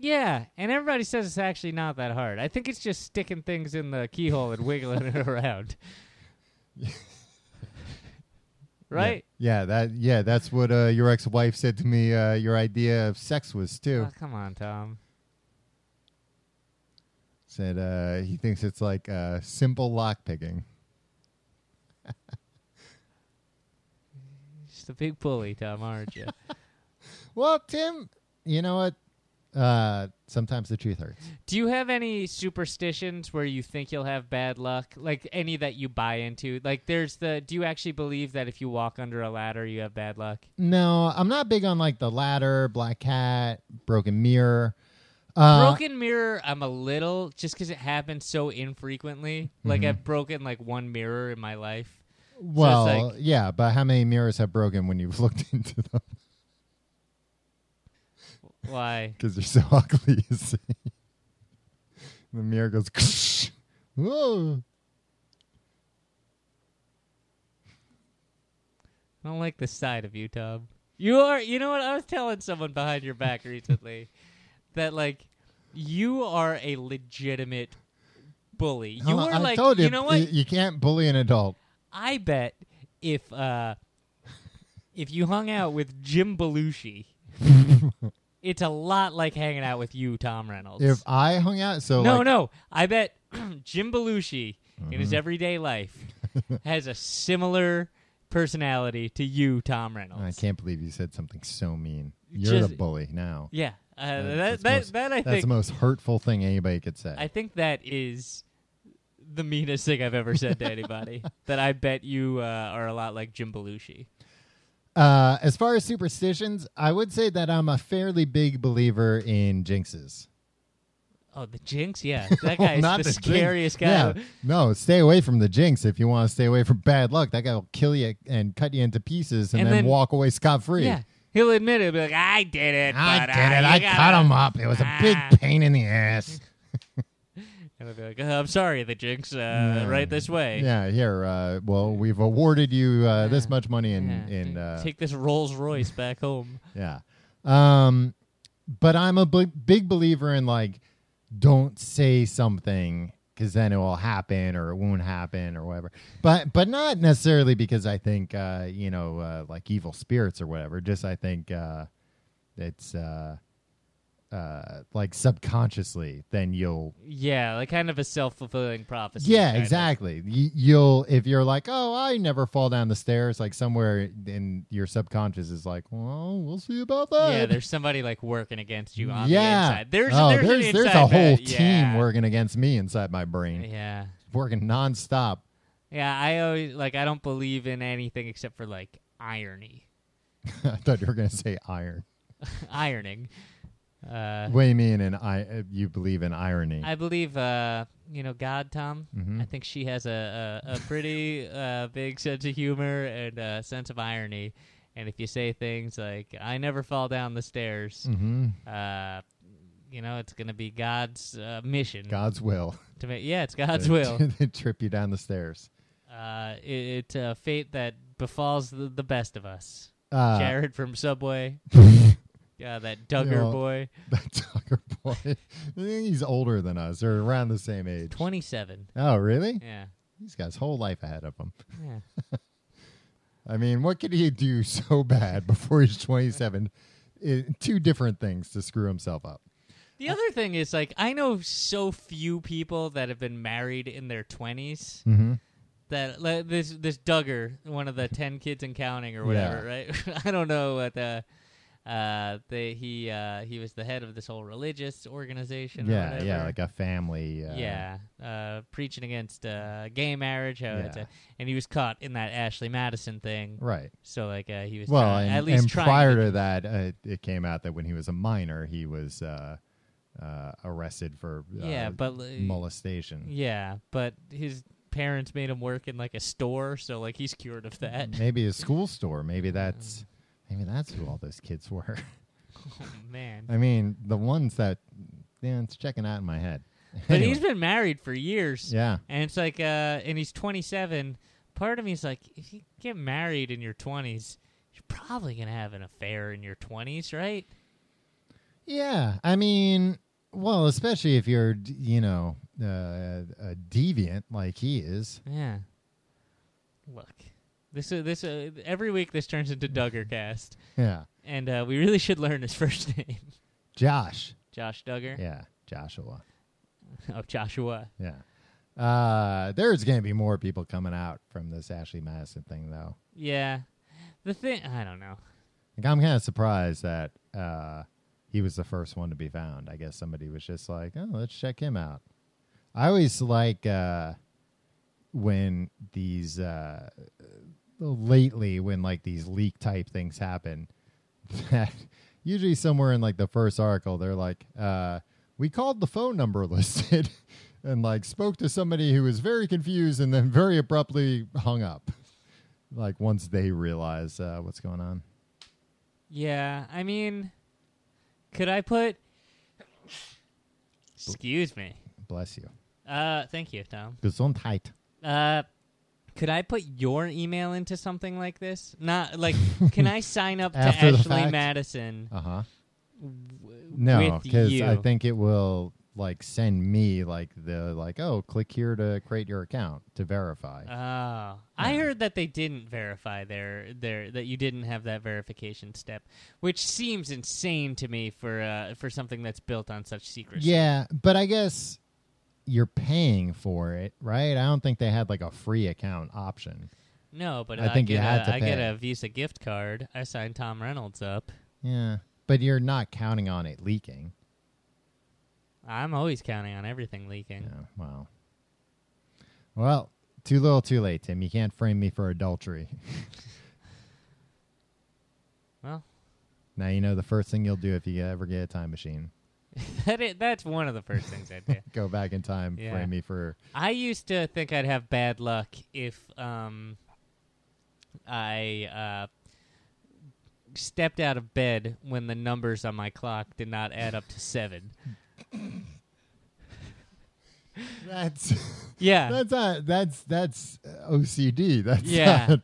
[SPEAKER 2] Yeah, and everybody says it's actually not that hard. I think it's just sticking things in the keyhole and wiggling it <laughs> around. right?
[SPEAKER 1] Yeah, that yeah, that's what uh, your ex-wife said to me. Uh, your idea of sex was too.
[SPEAKER 2] Oh, come on, Tom.
[SPEAKER 1] Said uh, he thinks it's like uh, simple lock picking.
[SPEAKER 2] You're Just a big bully, Tom, aren't you?
[SPEAKER 1] Well, Tim, you know what? Uh, sometimes the truth hurts.
[SPEAKER 2] Do you have any superstitions where you think you'll have bad luck? Like any that you buy into? Like there's the do you actually believe that if you walk under a ladder you have bad luck?
[SPEAKER 1] No, I'm not big on like the ladder, black cat, broken mirror. Uh,
[SPEAKER 2] broken mirror, I'm a little just cuz it happens so infrequently. Like
[SPEAKER 1] Mm-hmm.
[SPEAKER 2] I've broken like one mirror in my life.
[SPEAKER 1] well,
[SPEAKER 2] like-
[SPEAKER 1] yeah, but how many mirrors have broken when you've <laughs> looked into them
[SPEAKER 2] Why?
[SPEAKER 1] because they're so <laughs> ugly? You see, the mirror goes. <laughs> Whoa.
[SPEAKER 2] I don't like the side of you, Tom. You are. You know what? I was telling someone behind your back recently <laughs> that like you are a legitimate bully. You
[SPEAKER 1] Huh,
[SPEAKER 2] are
[SPEAKER 1] I
[SPEAKER 2] like
[SPEAKER 1] told you,
[SPEAKER 2] you know what?
[SPEAKER 1] y- You can't bully an adult.
[SPEAKER 2] I bet if uh if you hung out with Jim
[SPEAKER 1] <laughs>
[SPEAKER 2] Belushi, it's a lot like hanging out with you, Tom Reynolds.
[SPEAKER 1] If I hung out, so
[SPEAKER 2] no,
[SPEAKER 1] like, Mm-hmm.
[SPEAKER 2] no, I bet <clears throat> Jim Belushi in his everyday life
[SPEAKER 1] <laughs>
[SPEAKER 2] has a similar personality to you, Tom
[SPEAKER 1] I
[SPEAKER 2] Reynolds.
[SPEAKER 1] can't believe you said something so mean. You're the
[SPEAKER 2] Just-
[SPEAKER 1] bully now.
[SPEAKER 2] Yeah, uh,
[SPEAKER 1] That's
[SPEAKER 2] that
[SPEAKER 1] the
[SPEAKER 2] that,
[SPEAKER 1] most-
[SPEAKER 2] that I
[SPEAKER 1] That's
[SPEAKER 2] think
[SPEAKER 1] the most hurtful thing anybody could say.
[SPEAKER 2] I think that is the meanest thing I've
[SPEAKER 1] <laughs>
[SPEAKER 2] ever said to anybody. that I bet you uh, are a lot like Jim Belushi.
[SPEAKER 1] Uh, as far as superstitions, I would say that I'm a fairly big believer in jinxes.
[SPEAKER 2] Oh, the
[SPEAKER 1] <laughs>
[SPEAKER 2] Jinx, yeah, that guy is
[SPEAKER 1] Not
[SPEAKER 2] the,
[SPEAKER 1] the jinx.
[SPEAKER 2] scariest guy.
[SPEAKER 1] Yeah, no, stay away from the jinx if you want to stay away from bad luck. That guy will kill you and cut you into pieces and,
[SPEAKER 2] And
[SPEAKER 1] then,
[SPEAKER 2] then-
[SPEAKER 1] walk away scot free.
[SPEAKER 2] Yeah, he'll admit it. He'll be like, I did it.
[SPEAKER 1] I
[SPEAKER 2] but,
[SPEAKER 1] did it.
[SPEAKER 2] uh,
[SPEAKER 1] I
[SPEAKER 2] you gotta-"
[SPEAKER 1] cut him up. It was a big
[SPEAKER 2] Ah.
[SPEAKER 1] pain in the ass.
[SPEAKER 2] And he'll be like, "Oh, I'm sorry, the Jinx. Uh,
[SPEAKER 1] No.
[SPEAKER 2] Right this way.
[SPEAKER 1] Yeah, here. Uh, well, we've awarded you uh, this much money in
[SPEAKER 2] Yeah.
[SPEAKER 1] in uh,
[SPEAKER 2] Take this Rolls Royce back home.
[SPEAKER 1] Yeah. Um, but I'm a b- big believer in like, don't say something because then it will happen or it won't happen or whatever. But but not necessarily because I think uh, you know uh, like evil spirits or whatever. Just I think uh, it's uh, uh, like subconsciously then you'll
[SPEAKER 2] Yeah, like kind of a self fulfilling prophecy.
[SPEAKER 1] yeah,
[SPEAKER 2] kind of.
[SPEAKER 1] exactly. Y- You'll if you're like, oh, I never fall down the stairs. Like somewhere in your subconscious is like, well, we'll see about that.
[SPEAKER 2] Yeah, there's somebody like working against you on
[SPEAKER 1] yeah.
[SPEAKER 2] the inside. There's
[SPEAKER 1] Oh,
[SPEAKER 2] there's, an
[SPEAKER 1] there's,
[SPEAKER 2] inside
[SPEAKER 1] a whole
[SPEAKER 2] bet.
[SPEAKER 1] team
[SPEAKER 2] yeah.
[SPEAKER 1] working against me inside my brain,
[SPEAKER 2] Yeah,
[SPEAKER 1] working nonstop. <laughs>
[SPEAKER 2] yeah. I always like I don't believe in anything except for like irony, <laughs>
[SPEAKER 1] I thought you were going to say iron.
[SPEAKER 2] ironing. Uh,
[SPEAKER 1] What do you mean? And I, uh, you believe in irony?
[SPEAKER 2] I believe uh, you know God, Tom.
[SPEAKER 1] Mhm.
[SPEAKER 2] I think she has a a, a pretty uh, big sense of humor and uh, sense of irony. And if you say things like "I never fall down the stairs,"
[SPEAKER 1] hmm
[SPEAKER 2] uh, you know it's gonna be God's uh, mission
[SPEAKER 1] God's will.
[SPEAKER 2] to make. Yeah, it's <laughs> God's
[SPEAKER 1] to- <laughs>
[SPEAKER 2] will.
[SPEAKER 1] to trip you down the stairs.
[SPEAKER 2] Uh, it, it's a fate that befalls the, the best of us.
[SPEAKER 1] Uh,
[SPEAKER 2] Jared from Subway. Yeah, that Duggar
[SPEAKER 1] Yeah.
[SPEAKER 2] boy,
[SPEAKER 1] <laughs> That Tucker boy. <laughs> I think He's older than us or around the same age.
[SPEAKER 2] twenty-seven.
[SPEAKER 1] Oh, really?
[SPEAKER 2] Yeah,
[SPEAKER 1] He's got his whole life ahead of him.
[SPEAKER 2] yeah.
[SPEAKER 1] I mean, what could he do <laughs> so bad before he's 27? I- two different things to screw himself up.
[SPEAKER 2] The other thing is like I know so few people that have been married in their twenties
[SPEAKER 1] Mm-hmm.
[SPEAKER 2] that like, this this Duggar, one of the ten kids and counting or whatever, right? <laughs> I don't know what the uh they he uh he was the head of this whole religious organization or
[SPEAKER 1] Yeah,
[SPEAKER 2] whatever.
[SPEAKER 1] yeah, like a family. Uh,
[SPEAKER 2] yeah, uh, preaching against uh, gay marriage, how it's
[SPEAKER 1] Yeah.
[SPEAKER 2] a, and he was caught in that Ashley Madison thing.
[SPEAKER 1] Right.
[SPEAKER 2] So like uh, he was
[SPEAKER 1] Well,
[SPEAKER 2] try-
[SPEAKER 1] and,
[SPEAKER 2] at least
[SPEAKER 1] and
[SPEAKER 2] trying
[SPEAKER 1] prior
[SPEAKER 2] to,
[SPEAKER 1] to that, uh, it came out that when he was a minor, he was uh, uh, arrested for uh,
[SPEAKER 2] <laughs> yeah, but uh,
[SPEAKER 1] molestation.
[SPEAKER 2] yeah, but his parents made him work in like a store, so like he's cured of that. <laughs>
[SPEAKER 1] Maybe a school store. Maybe that's maybe that's who all those kids were. <laughs>
[SPEAKER 2] oh, man,
[SPEAKER 1] I mean, the ones that yeah, it's checking out in my head.
[SPEAKER 2] but
[SPEAKER 1] Anyway,
[SPEAKER 2] he's been married for years,
[SPEAKER 1] yeah,
[SPEAKER 2] and it's like, uh, and he's 27. Part of me is like, if you get married in your 20s, you're probably gonna have an affair in your 20s, right?
[SPEAKER 1] yeah. I mean, well, especially if you're d- you know uh, a deviant like he is.
[SPEAKER 2] Yeah. Look, this uh, this uh, every week this turns into Duggar Cast,
[SPEAKER 1] Yeah,
[SPEAKER 2] and uh, we really should learn his <laughs> first name,
[SPEAKER 1] Josh.
[SPEAKER 2] Josh Duggar.
[SPEAKER 1] Yeah, Joshua.
[SPEAKER 2] Oh, Joshua.
[SPEAKER 1] Yeah. Uh, there's gonna be more people coming out from this Ashley Madison thing, though.
[SPEAKER 2] Yeah. The thing I don't know.
[SPEAKER 1] Like, I'm kind of surprised that uh, he was the first one to be found. I guess somebody was just like, "Oh, let's check him out." I always like uh, when these uh, lately when like these leak type things happen. <laughs> That usually somewhere in like the first article, they're like, uh, "We called the phone number <laughs> listed." And like spoke to somebody who was very confused and then very abruptly hung up. Like once they realize uh, what's going on.
[SPEAKER 2] Yeah, I mean, could I put? Excuse me.
[SPEAKER 1] Bless you.
[SPEAKER 2] Uh, thank you, Tom.
[SPEAKER 1] Gesundheit.
[SPEAKER 2] Uh, could I put your email into something like this? Not
[SPEAKER 1] <laughs>
[SPEAKER 2] like, can I sign up to
[SPEAKER 1] After the
[SPEAKER 2] Ashley
[SPEAKER 1] fact?
[SPEAKER 2] Madison?
[SPEAKER 1] Uh huh.
[SPEAKER 2] w-
[SPEAKER 1] No,
[SPEAKER 2] with
[SPEAKER 1] because
[SPEAKER 2] you?
[SPEAKER 1] I think it will like send me like the like oh click here to create your account to verify.
[SPEAKER 2] Oh, I heard that they didn't verify their their that you didn't have that verification step, which seems insane to me for uh, for something that's built on such secrecy.
[SPEAKER 1] yeah, but I guess you're paying for it, right? I don't think they had like a free account option.
[SPEAKER 2] No, but
[SPEAKER 1] I
[SPEAKER 2] I,
[SPEAKER 1] think you
[SPEAKER 2] get
[SPEAKER 1] had
[SPEAKER 2] a-
[SPEAKER 1] to
[SPEAKER 2] I get
[SPEAKER 1] pay.
[SPEAKER 2] a Visa gift card. I signed Tom Reynolds up.
[SPEAKER 1] Yeah, but you're not counting on it leaking.
[SPEAKER 2] I'm always counting on everything leaking.
[SPEAKER 1] Yeah. Wow. Well, too little, too late, Tim. You can't frame me for adultery.
[SPEAKER 2] <laughs> Well.
[SPEAKER 1] Now you know the first thing you'll do if you ever get a time machine.
[SPEAKER 2] <laughs> that i that's one of the first things I do.
[SPEAKER 1] Go back in time,
[SPEAKER 2] Yeah.
[SPEAKER 1] frame me for
[SPEAKER 2] I used to think I'd have bad luck if um, I uh, stepped out of bed when the numbers on my clock did not add up to seven.
[SPEAKER 1] That's
[SPEAKER 2] Yeah,
[SPEAKER 1] that's not that's that's OCD. That's
[SPEAKER 2] Yeah.
[SPEAKER 1] not-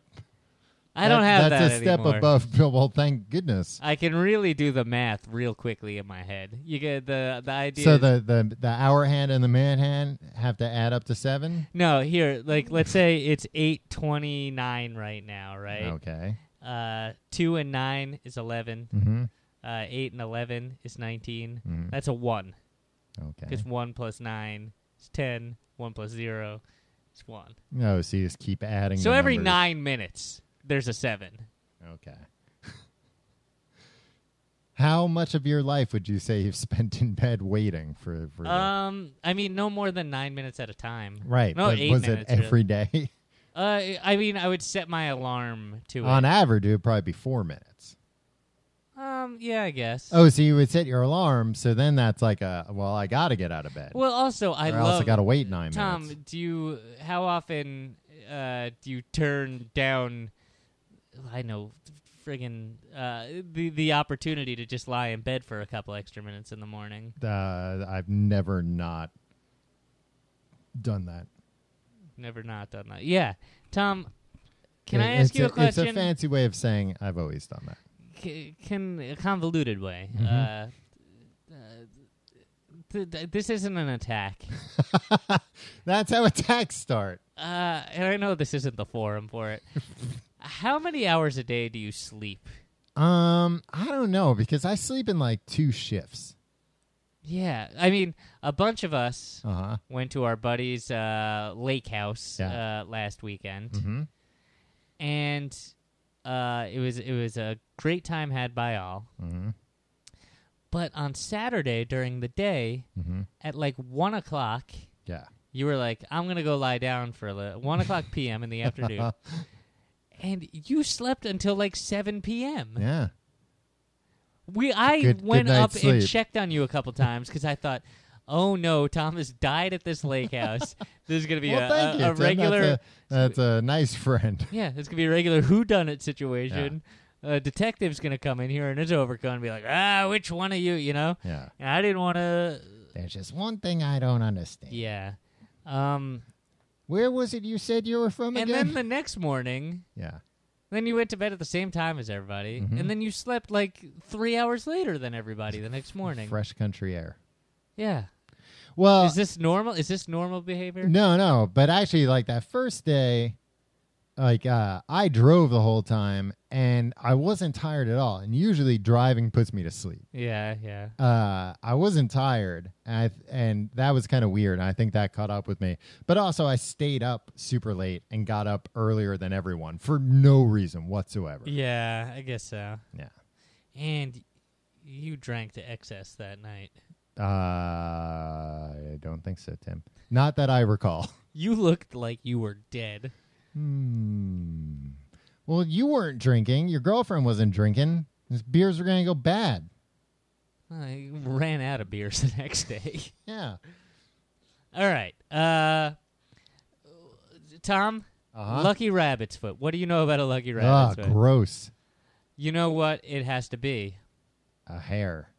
[SPEAKER 2] I don't
[SPEAKER 1] that-
[SPEAKER 2] have
[SPEAKER 1] that's
[SPEAKER 2] that
[SPEAKER 1] a step
[SPEAKER 2] anymore.
[SPEAKER 1] above. <laughs> Well, thank goodness.
[SPEAKER 2] I can really do the math real quickly in my head. You get the the idea.
[SPEAKER 1] So
[SPEAKER 2] is-
[SPEAKER 1] the, the the hour hand and the man hand have to add up to seven.
[SPEAKER 2] no here, like let's say it's eight twenty nine right now, right?
[SPEAKER 1] Okay.
[SPEAKER 2] Uh, two and nine is eleven.
[SPEAKER 1] Mm-hmm.
[SPEAKER 2] Uh, eight and eleven is 19
[SPEAKER 1] Mhm.
[SPEAKER 2] That's a one.
[SPEAKER 1] Okay.
[SPEAKER 2] Because 1 plus 9 is 10. 1 plus 0 is 1.
[SPEAKER 1] No, so you just keep adding.
[SPEAKER 2] So
[SPEAKER 1] the
[SPEAKER 2] every
[SPEAKER 1] numbers.
[SPEAKER 2] 9 minutes, there's a 7.
[SPEAKER 1] Okay. How much of your life would you say you've spent in bed waiting for? for the-
[SPEAKER 2] Um, I mean, no more than 9 minutes at a time.
[SPEAKER 1] right.
[SPEAKER 2] No,
[SPEAKER 1] but
[SPEAKER 2] 8
[SPEAKER 1] was
[SPEAKER 2] minutes.
[SPEAKER 1] it
[SPEAKER 2] really.
[SPEAKER 1] every day?
[SPEAKER 2] Uh, I mean, I would set my alarm
[SPEAKER 1] <laughs>
[SPEAKER 2] to
[SPEAKER 1] On
[SPEAKER 2] it.
[SPEAKER 1] average, it would probably be four minutes.
[SPEAKER 2] Um, yeah, I guess.
[SPEAKER 1] Oh, so you would set your alarm. So then that's like a well, I got to get out of bed.
[SPEAKER 2] Well, also, I
[SPEAKER 1] or else I
[SPEAKER 2] love.
[SPEAKER 1] got to wait nine
[SPEAKER 2] Tom,
[SPEAKER 1] minutes.
[SPEAKER 2] do you. How often uh, do you turn down. I know. Friggin' uh, the the opportunity to just lie in bed for a couple extra minutes in the morning.
[SPEAKER 1] Uh, I've never not done that.
[SPEAKER 2] Never not done that. Yeah, Tom. Can I
[SPEAKER 1] It-
[SPEAKER 2] ask
[SPEAKER 1] it's
[SPEAKER 2] you a,
[SPEAKER 1] It's
[SPEAKER 2] question?
[SPEAKER 1] a fancy way of saying I've always done that. <laughs>
[SPEAKER 2] c- can a convoluted way.
[SPEAKER 1] Mhm.
[SPEAKER 2] Uh, uh, th- th- this isn't an attack,
[SPEAKER 1] That's how attacks start.
[SPEAKER 2] uh, and I know this isn't the forum for
[SPEAKER 1] <laughs>
[SPEAKER 2] it. How many hours a day do you sleep?
[SPEAKER 1] Um, I don't know because I sleep in like two shifts.
[SPEAKER 2] Yeah, I mean, a bunch of us
[SPEAKER 1] Uh huh.
[SPEAKER 2] went to our buddy's uh, lake house
[SPEAKER 1] Yeah.
[SPEAKER 2] uh, last weekend,
[SPEAKER 1] Mm-hmm.
[SPEAKER 2] and uh, it was it was a great time had by all.
[SPEAKER 1] Mm-hmm.
[SPEAKER 2] But on Saturday during the day,
[SPEAKER 1] Mm-hmm.
[SPEAKER 2] at like one o'clock,
[SPEAKER 1] Yeah.
[SPEAKER 2] you were like, "I'm gonna go lie down for a little." One o'clock
[SPEAKER 1] <laughs>
[SPEAKER 2] p.m. in the afternoon, and you slept until like seven p.m.
[SPEAKER 1] Yeah.
[SPEAKER 2] We I
[SPEAKER 1] Good- good
[SPEAKER 2] went up
[SPEAKER 1] night's
[SPEAKER 2] and
[SPEAKER 1] sleep.
[SPEAKER 2] checked on you
[SPEAKER 1] <laughs>
[SPEAKER 2] a couple times because I thought, "Oh no, Tom has died at this
[SPEAKER 1] <laughs>
[SPEAKER 2] lake house. this is gonna be
[SPEAKER 1] well,
[SPEAKER 2] a,
[SPEAKER 1] thank
[SPEAKER 2] a-
[SPEAKER 1] you.
[SPEAKER 2] a
[SPEAKER 1] Tim.
[SPEAKER 2] regular."
[SPEAKER 1] That's a, that's a nice friend. <laughs>
[SPEAKER 2] <laughs> Yeah, it's gonna be a regular whodunit situation. A detective's gonna come in here in his overcoat and be like, "Ah, which one of you?" You know.
[SPEAKER 1] Yeah.
[SPEAKER 2] And I didn't want to.
[SPEAKER 1] There's just one thing I don't understand.
[SPEAKER 2] Yeah. Um.
[SPEAKER 1] Where was it you said you were from
[SPEAKER 2] And
[SPEAKER 1] again?
[SPEAKER 2] then the next morning,
[SPEAKER 1] yeah.
[SPEAKER 2] then you went to bed at the same time as everybody,
[SPEAKER 1] Mhm.
[SPEAKER 2] and then you slept like three hours later than everybody the next morning.
[SPEAKER 1] Fresh country air.
[SPEAKER 2] Yeah.
[SPEAKER 1] Well,
[SPEAKER 2] Is this normal? Is this normal behavior?
[SPEAKER 1] uh, No, no. But actually, like that first day, like uh, I drove the whole time and I wasn't tired at all. And usually driving puts me to sleep.
[SPEAKER 2] Yeah. Yeah.
[SPEAKER 1] Uh, I wasn't tired, and, I, and that was kind of weird. And I think that caught up with me. But also, I stayed up super late and got up earlier than everyone for no reason whatsoever.
[SPEAKER 2] Yeah. I guess so.
[SPEAKER 1] Yeah.
[SPEAKER 2] And you drank to excess that night.
[SPEAKER 1] Uh, I don't think so, Tim. Not that I recall.
[SPEAKER 2] You looked like you were dead.
[SPEAKER 1] Hmm. Well, you weren't drinking. Your girlfriend wasn't drinking. These beers were going to go bad.
[SPEAKER 2] I ran out of beers <laughs> the next day.
[SPEAKER 1] Yeah.
[SPEAKER 2] All right. Uh Tom,
[SPEAKER 1] Uh-huh.
[SPEAKER 2] Lucky Rabbit's Foot. What do you know about a Lucky
[SPEAKER 1] Ah,
[SPEAKER 2] Rabbit's Foot?
[SPEAKER 1] gross.
[SPEAKER 2] you know what it has to be.
[SPEAKER 1] A hair.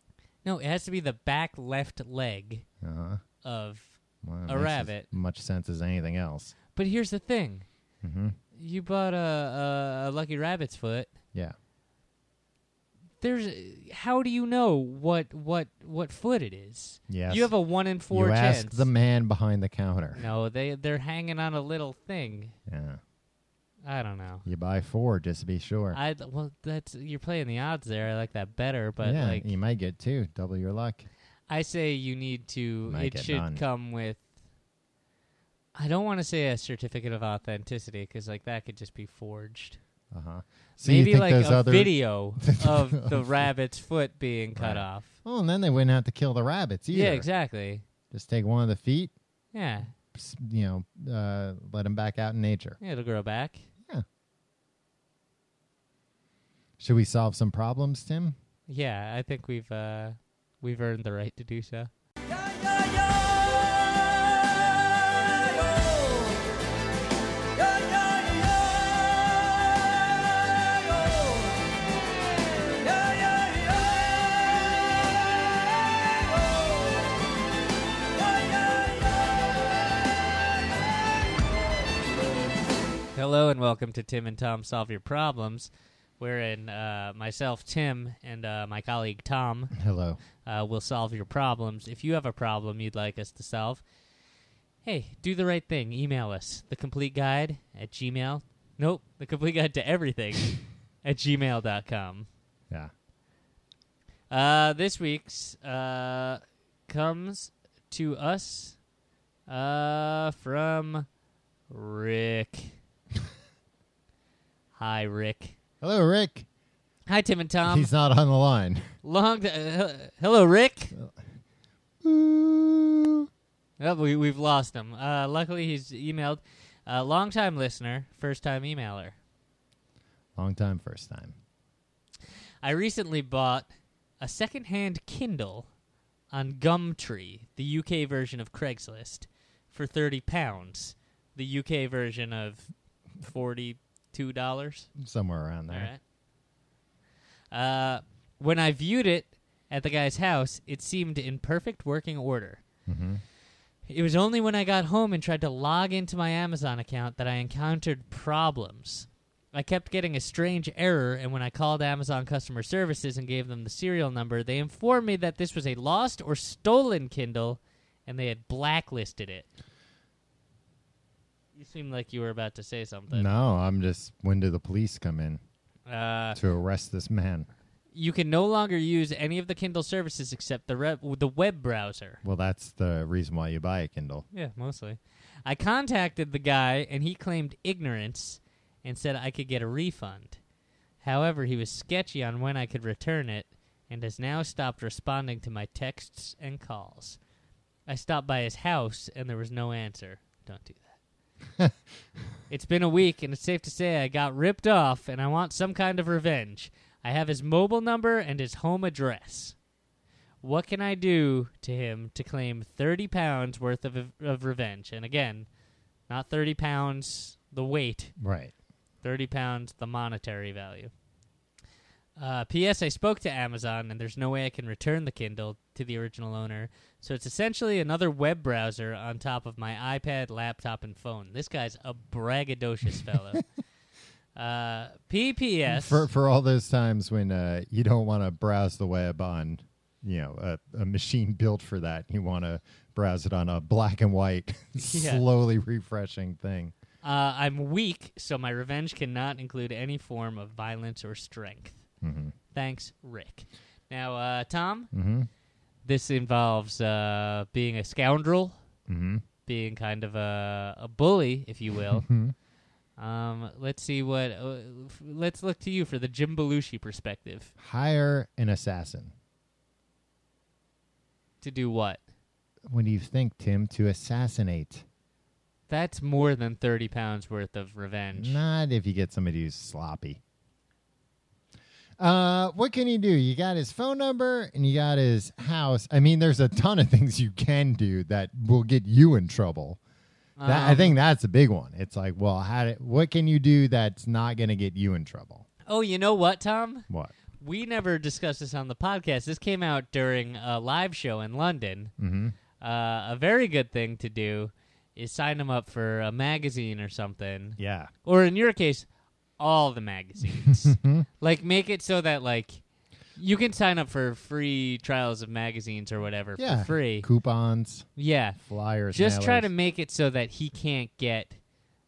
[SPEAKER 2] No, it has to be the back left leg
[SPEAKER 1] Uh huh.
[SPEAKER 2] of
[SPEAKER 1] Well,
[SPEAKER 2] A
[SPEAKER 1] that makes as
[SPEAKER 2] rabbit.
[SPEAKER 1] much sense as anything else.
[SPEAKER 2] But here's the thing.
[SPEAKER 1] Mm-hmm.
[SPEAKER 2] You bought a, a, a Lucky Rabbit's Foot.
[SPEAKER 1] Yeah.
[SPEAKER 2] There's how do you know what what what foot it is?
[SPEAKER 1] Yes.
[SPEAKER 2] You have a 1 in 4
[SPEAKER 1] You
[SPEAKER 2] chance.
[SPEAKER 1] ask the man behind the counter.
[SPEAKER 2] no, they they're hanging on a little thing.
[SPEAKER 1] Yeah.
[SPEAKER 2] I don't know.
[SPEAKER 1] You buy four just to be sure.
[SPEAKER 2] I well, that's you're playing the odds there. I like that better, but
[SPEAKER 1] yeah,
[SPEAKER 2] like
[SPEAKER 1] you might get two. Double your luck.
[SPEAKER 2] I say, you need to.
[SPEAKER 1] Might
[SPEAKER 2] it
[SPEAKER 1] get
[SPEAKER 2] should
[SPEAKER 1] none.
[SPEAKER 2] come with. I don't want to say a certificate of authenticity because like that could just be forged.
[SPEAKER 1] Uh huh. So you
[SPEAKER 2] Maybe
[SPEAKER 1] think
[SPEAKER 2] like
[SPEAKER 1] those
[SPEAKER 2] a
[SPEAKER 1] other. <laughs>
[SPEAKER 2] video of the rabbit's foot being
[SPEAKER 1] Right.
[SPEAKER 2] cut off.
[SPEAKER 1] Oh, and then they wouldn't have to kill the rabbits either.
[SPEAKER 2] Yeah, exactly.
[SPEAKER 1] Just take one of the feet,
[SPEAKER 2] Yeah,
[SPEAKER 1] s- you know, uh, let them back out in nature.
[SPEAKER 2] yeah it'll grow back.
[SPEAKER 1] Should we solve some problems, Tim? <laughs>
[SPEAKER 2] Yeah, I think we've uh, we've earned the right to do so. Hello and welcome to Tim and Tom Solve Your Problems, wherein uh, myself, Tim, and uh, my colleague Tom
[SPEAKER 1] Hello.
[SPEAKER 2] uh, will solve your problems. If you have a problem you'd like us to solve, hey, do the right thing. Email us the complete guide at gmail. Nope, the complete guide
[SPEAKER 1] <laughs>
[SPEAKER 2] to everything at gmail.com.
[SPEAKER 1] Yeah.
[SPEAKER 2] Uh, this week's uh, comes to us uh, from Rick. <laughs> Hi, Rick.
[SPEAKER 1] Hello, Rick.
[SPEAKER 2] Hi, Tim and Tom.
[SPEAKER 1] He's not on the line. <laughs>
[SPEAKER 2] Long. T- uh, hello, Rick. Oh, we, we've lost him. Uh, luckily, he's emailed. Uh, long time listener, first time emailer.
[SPEAKER 1] Long time, first time.
[SPEAKER 2] I recently bought a secondhand Kindle on Gumtree, the UK version of Craigslist, for thirty pounds. The UK version of forty-two dollars.
[SPEAKER 1] Somewhere around there.
[SPEAKER 2] All right. Uh, when I viewed it at the guy's house, it seemed in perfect working order.
[SPEAKER 1] Mm-hmm.
[SPEAKER 2] It was only when I got home and tried to log into my Amazon account that I encountered problems. I kept getting a strange error, and when I called Amazon customer services and gave them the serial number, they informed me that this was a lost or stolen Kindle, and they had blacklisted it. You seemed like you were about to say something.
[SPEAKER 1] No, I'm just. When do the police come in
[SPEAKER 2] Uh,
[SPEAKER 1] to arrest this man?
[SPEAKER 2] you can no longer use any of the Kindle services except the re- the web browser.
[SPEAKER 1] Well, that's the reason why you buy a Kindle.
[SPEAKER 2] Yeah, mostly. I contacted the guy, and he claimed ignorance and said I could get a refund. However, he was sketchy on when I could return it and has now stopped responding to my texts and calls. I stopped by his house, and there was no answer. Don't do that. it's been a week, and it's safe to say I got ripped off, and I want some kind of revenge. I have his mobile number and his home address what can I do to him to claim 30 pounds worth of, of revenge? And again, not 30 pounds the weight,
[SPEAKER 1] Right.
[SPEAKER 2] 30 pounds the monetary value. Uh, P.S. I spoke to Amazon, and there's no way I can return the Kindle to the original owner, so it's essentially another web browser on top of my iPad, laptop, and phone. This guy's a braggadocious fellow. uh, P.P.S.
[SPEAKER 1] For for all those times when uh, you don't want to browse the web on, you know, a, a machine built for that. You want to browse it on a black and white, <laughs>
[SPEAKER 2] Yeah.
[SPEAKER 1] slowly refreshing thing.
[SPEAKER 2] Uh, I'm weak, so my revenge cannot include any form of violence or strength.
[SPEAKER 1] Mm-hmm.
[SPEAKER 2] Thanks, Rick. Now, uh, Tom,
[SPEAKER 1] Mm-hmm.
[SPEAKER 2] this involves uh, being a scoundrel,
[SPEAKER 1] Mm-hmm.
[SPEAKER 2] being kind of a, a bully, if you
[SPEAKER 1] <laughs>
[SPEAKER 2] will.
[SPEAKER 1] Mm-hmm.
[SPEAKER 2] um, let's see what. Uh, f- let's look to you for the Jim Belushi perspective.
[SPEAKER 1] Hire an assassin.
[SPEAKER 2] To do what?
[SPEAKER 1] What do you think, Tim? To assassinate?
[SPEAKER 2] That's more than 30 pounds worth of revenge.
[SPEAKER 1] Not if you get somebody who's sloppy. Uh, what can you do? You got his phone number and you got his house. I mean, there's a ton of things you can do that will get you in trouble. That, I
[SPEAKER 2] Um,
[SPEAKER 1] think that's a big one. It's like, well, how? do- what can you do that's not going to get you in trouble?
[SPEAKER 2] Oh, you know what, Tom?
[SPEAKER 1] What?
[SPEAKER 2] We never discussed this on the podcast. This came out during a live show in London.
[SPEAKER 1] Mm-hmm.
[SPEAKER 2] Uh, a very good thing to do is sign them up for a magazine or something,
[SPEAKER 1] Yeah.
[SPEAKER 2] or in your case, all the magazines. like make it so that like you can sign up for free trials of magazines or whatever
[SPEAKER 1] Yeah.
[SPEAKER 2] for free.
[SPEAKER 1] Coupons,
[SPEAKER 2] Yeah,
[SPEAKER 1] flyers.
[SPEAKER 2] just try
[SPEAKER 1] mailers.
[SPEAKER 2] to make it so that he can't get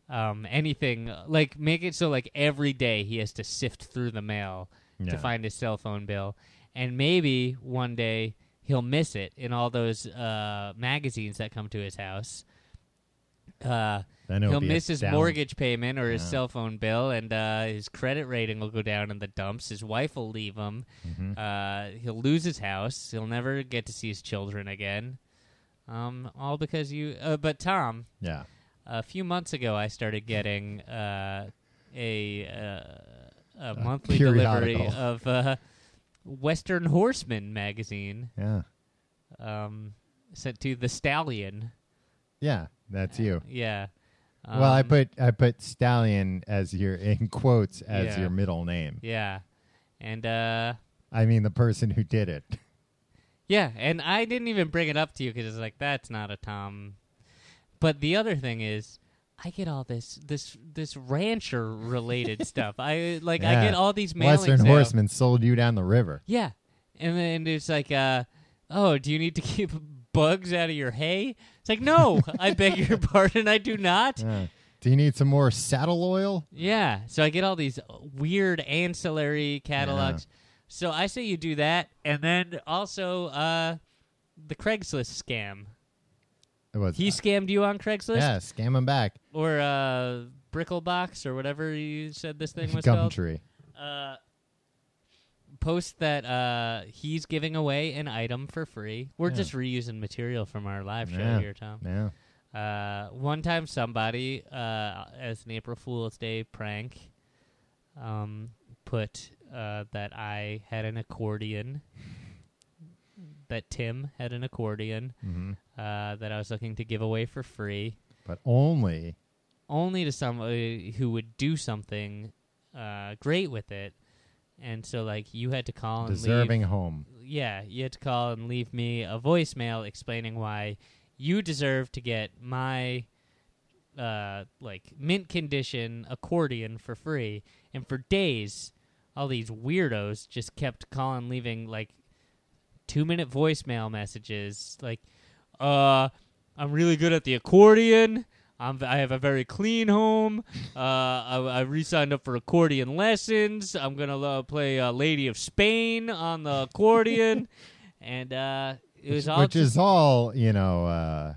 [SPEAKER 2] um, anything. Like make it so like every day he has to sift through the mail to
[SPEAKER 1] Yeah.
[SPEAKER 2] find his cell phone bill, and maybe one day he'll miss it in all those uh, magazines that come to his house. Uh,
[SPEAKER 1] Then it'll
[SPEAKER 2] he'll
[SPEAKER 1] be a
[SPEAKER 2] miss his
[SPEAKER 1] down-
[SPEAKER 2] mortgage payment or his
[SPEAKER 1] Yeah.
[SPEAKER 2] cell phone bill, and uh, his credit rating will go down in the dumps. His wife will
[SPEAKER 1] <laughs>
[SPEAKER 2] leave him.
[SPEAKER 1] Mhm.
[SPEAKER 2] Uh, he'll lose his house. He'll never get to see his children again. Um, all because you. Uh, but Tom,
[SPEAKER 1] Yeah.
[SPEAKER 2] a few months ago, I started getting uh, a uh, a monthly delivery
[SPEAKER 1] periodical.
[SPEAKER 2] of uh, Western Horseman magazine
[SPEAKER 1] Yeah.
[SPEAKER 2] um, sent to the Stallion.
[SPEAKER 1] Yeah. That's you.
[SPEAKER 2] Yeah.
[SPEAKER 1] well, I
[SPEAKER 2] Um,
[SPEAKER 1] put I put stallion as your in quotes as
[SPEAKER 2] Yeah.
[SPEAKER 1] your middle name.
[SPEAKER 2] Yeah, and uh,
[SPEAKER 1] I mean the person who did
[SPEAKER 2] <laughs>
[SPEAKER 1] it.
[SPEAKER 2] yeah, and I didn't even bring it up to you because it's like that's not a Tom. But the other thing is. I get all this this this rancher
[SPEAKER 1] <laughs>
[SPEAKER 2] related stuff. I like I
[SPEAKER 1] Yeah.
[SPEAKER 2] get all these mailings.
[SPEAKER 1] Western
[SPEAKER 2] now.
[SPEAKER 1] Horseman sold you down the river.
[SPEAKER 2] Yeah. And then it's like, uh, oh, do you need to <laughs> keep bugs out of your hay? It's
[SPEAKER 1] <laughs>
[SPEAKER 2] like, no, I beg your pardon, I do not.
[SPEAKER 1] Yeah. Do you need some more saddle oil?
[SPEAKER 2] Yeah. So I get all these weird ancillary catalogs. So I say you do that. And then also uh, the Craigslist scam.
[SPEAKER 1] It was uh,
[SPEAKER 2] He scammed you on Craigslist?
[SPEAKER 1] yeah, scam him back.
[SPEAKER 2] Or uh, Bricklebox or whatever you said this thing was called?
[SPEAKER 1] Gumtree.
[SPEAKER 2] uh, post that uh, he's giving away an item for free. We're
[SPEAKER 1] Yeah.
[SPEAKER 2] just reusing material from our live show
[SPEAKER 1] Yeah.
[SPEAKER 2] here, Tom.
[SPEAKER 1] Yeah.
[SPEAKER 2] Uh, one time, somebody, uh, as an April Fool's Day prank, um, put uh, that I had an accordion, that Tim had an accordion
[SPEAKER 1] hmm
[SPEAKER 2] uh, that I was looking to give away for free
[SPEAKER 1] But only
[SPEAKER 2] only to somebody who would do something uh, great with it. And so, like, you had to call and
[SPEAKER 1] deserving home.
[SPEAKER 2] leave. Yeah, you had to call and leave me a voicemail explaining why you deserve to get my uh, like mint condition accordion for free, and for days, all these weirdos just kept calling, leaving like two minute voicemail messages, like, "Uh, I'm really good at the accordion. I'm, I have a very clean home. Uh, I, I re-signed up for accordion lessons. I'm gonna uh, play uh, Lady of Spain on the
[SPEAKER 1] <laughs>
[SPEAKER 2] accordion, and uh, it was
[SPEAKER 1] which,
[SPEAKER 2] all
[SPEAKER 1] which
[SPEAKER 2] just-
[SPEAKER 1] is all you know. Uh,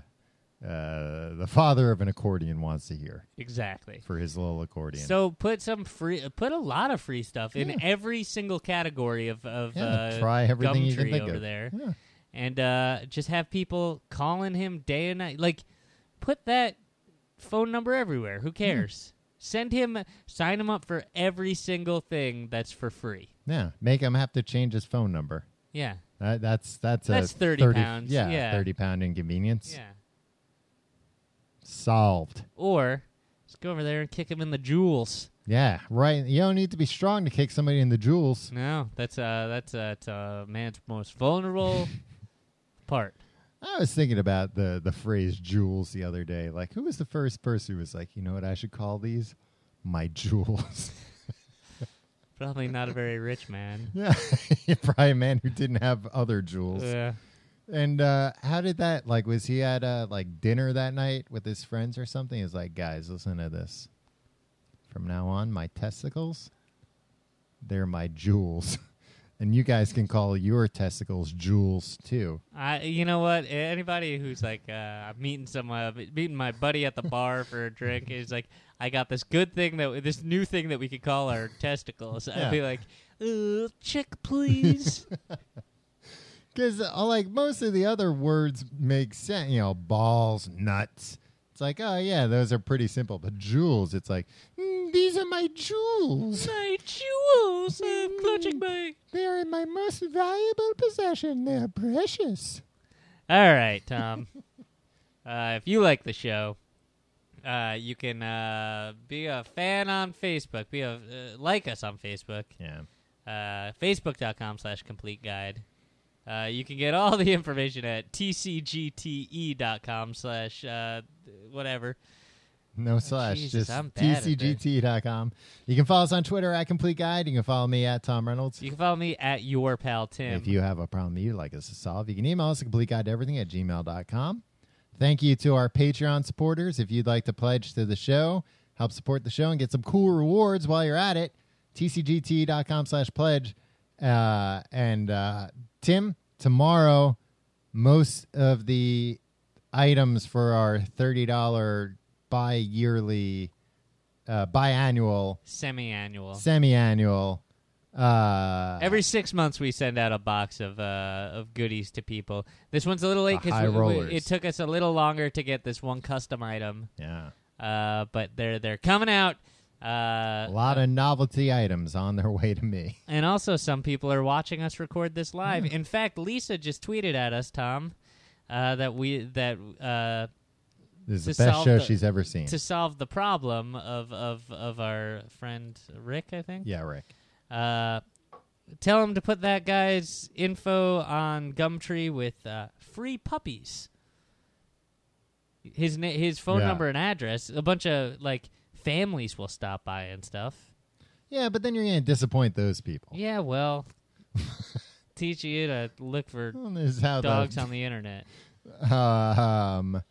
[SPEAKER 1] uh, the father of an accordion wants to hear
[SPEAKER 2] exactly.
[SPEAKER 1] for his little accordion.
[SPEAKER 2] So put some free, put a lot of free stuff
[SPEAKER 1] Yeah.
[SPEAKER 2] in every single category of of
[SPEAKER 1] yeah,
[SPEAKER 2] uh,
[SPEAKER 1] try everything you can
[SPEAKER 2] Gumtree
[SPEAKER 1] think
[SPEAKER 2] over
[SPEAKER 1] of.
[SPEAKER 2] there.
[SPEAKER 1] Yeah.
[SPEAKER 2] and uh, just have people calling him day and night. Like, put that phone number everywhere. Who cares? Send him, sign him up for every single thing that's for free.
[SPEAKER 1] yeah, make him have to change his phone number.
[SPEAKER 2] Yeah,
[SPEAKER 1] That, that's that's a
[SPEAKER 2] That's 30 pounds,
[SPEAKER 1] Yeah,
[SPEAKER 2] yeah.
[SPEAKER 1] thirty pound inconvenience
[SPEAKER 2] yeah.
[SPEAKER 1] solved.
[SPEAKER 2] Or just go over there and kick him in the jewels.
[SPEAKER 1] Yeah, right. You don't need to be strong to kick somebody in the jewels.
[SPEAKER 2] No, that's uh, that's uh, it's, uh, man's most
[SPEAKER 1] <laughs>
[SPEAKER 2] vulnerable part.
[SPEAKER 1] I was thinking about the the phrase jewels the other day. Like, who was the first person who was like, you know what I should call these? My <laughs> jewels.
[SPEAKER 2] Probably not a very rich man.
[SPEAKER 1] yeah, probably <laughs> a man who didn't have other jewels.
[SPEAKER 2] Yeah.
[SPEAKER 1] And uh, how did that? Like, was he at uh, like dinner that night with his friends or something? He's like, guys, listen to this. From now on, my testicles, they're my jewels, <laughs> and you guys can call your testicles jewels too.
[SPEAKER 2] I, you know what? Anybody who's like, uh, I'm meeting some, uh, meeting my buddy at the bar for a drink is like, I got this good thing that this new thing that we could call our testicles.
[SPEAKER 1] Yeah.
[SPEAKER 2] I'd be like, uh, check please.
[SPEAKER 1] Because uh, like most of the other words make sense, you know, balls, nuts. It's like, oh yeah, those are pretty simple. But jewels, it's like, "Mm, these are my jewels.
[SPEAKER 2] my jewels, I'm clutching my.
[SPEAKER 1] They are my most valuable possession. They are precious.
[SPEAKER 2] All right, Tom. uh, if you like the show, uh, you can uh, be a fan on Facebook. Be a uh, like us on Facebook.
[SPEAKER 1] Yeah.
[SPEAKER 2] uh, facebook.com slash complete guide uh, you can get all the <laughs> information at tcgte.com E slash uh, whatever
[SPEAKER 1] No slash,
[SPEAKER 2] Oh, Jesus, I'm
[SPEAKER 1] just
[SPEAKER 2] bad at this.
[SPEAKER 1] tcgt.com. You can follow us on Twitter at Complete Guide. You can follow me at Tom Reynolds.
[SPEAKER 2] you can follow me at your pal tim
[SPEAKER 1] If you have a problem that you'd like us to solve, you can email us at Complete Guide to Everything at gmail.com. Thank you to our Patreon supporters. If you'd like to pledge to the show, help support the show and get some cool rewards while you're at it, tcgt.com slash pledge. Uh, and uh, Tim, tomorrow, most of the items for our $30 bi yearly, uh, biannual,
[SPEAKER 2] semi-annual
[SPEAKER 1] semi annual. Uh,
[SPEAKER 2] every six months we send out a box of uh, of goodies to people this one's a little late
[SPEAKER 1] The high
[SPEAKER 2] because
[SPEAKER 1] rollers.
[SPEAKER 2] it took us a little longer to get this one custom item
[SPEAKER 1] yeah.
[SPEAKER 2] uh, but they're they're coming out
[SPEAKER 1] A
[SPEAKER 2] uh, <laughs>
[SPEAKER 1] lot of novelty items on their way to me.
[SPEAKER 2] And also, some people are watching us record this live.
[SPEAKER 1] Hmm.
[SPEAKER 2] In fact, Lisa just tweeted at us, Tom, uh, that we that uh,
[SPEAKER 1] This is
[SPEAKER 2] To
[SPEAKER 1] the best
[SPEAKER 2] solve
[SPEAKER 1] show
[SPEAKER 2] the-
[SPEAKER 1] she's ever seen.
[SPEAKER 2] to solve the problem of of of our friend Rick, I think.
[SPEAKER 1] yeah, Rick.
[SPEAKER 2] Uh, tell him to put that guy's info on Gumtree with uh, free puppies. His na- his phone
[SPEAKER 1] Yeah.
[SPEAKER 2] number and address. A bunch of like families will stop by and stuff.
[SPEAKER 1] Yeah, but then you're going to disappoint those people.
[SPEAKER 2] Yeah, well, <laughs> teach you to look for
[SPEAKER 1] Well, this is how the-
[SPEAKER 2] dogs on the internet.
[SPEAKER 1] um,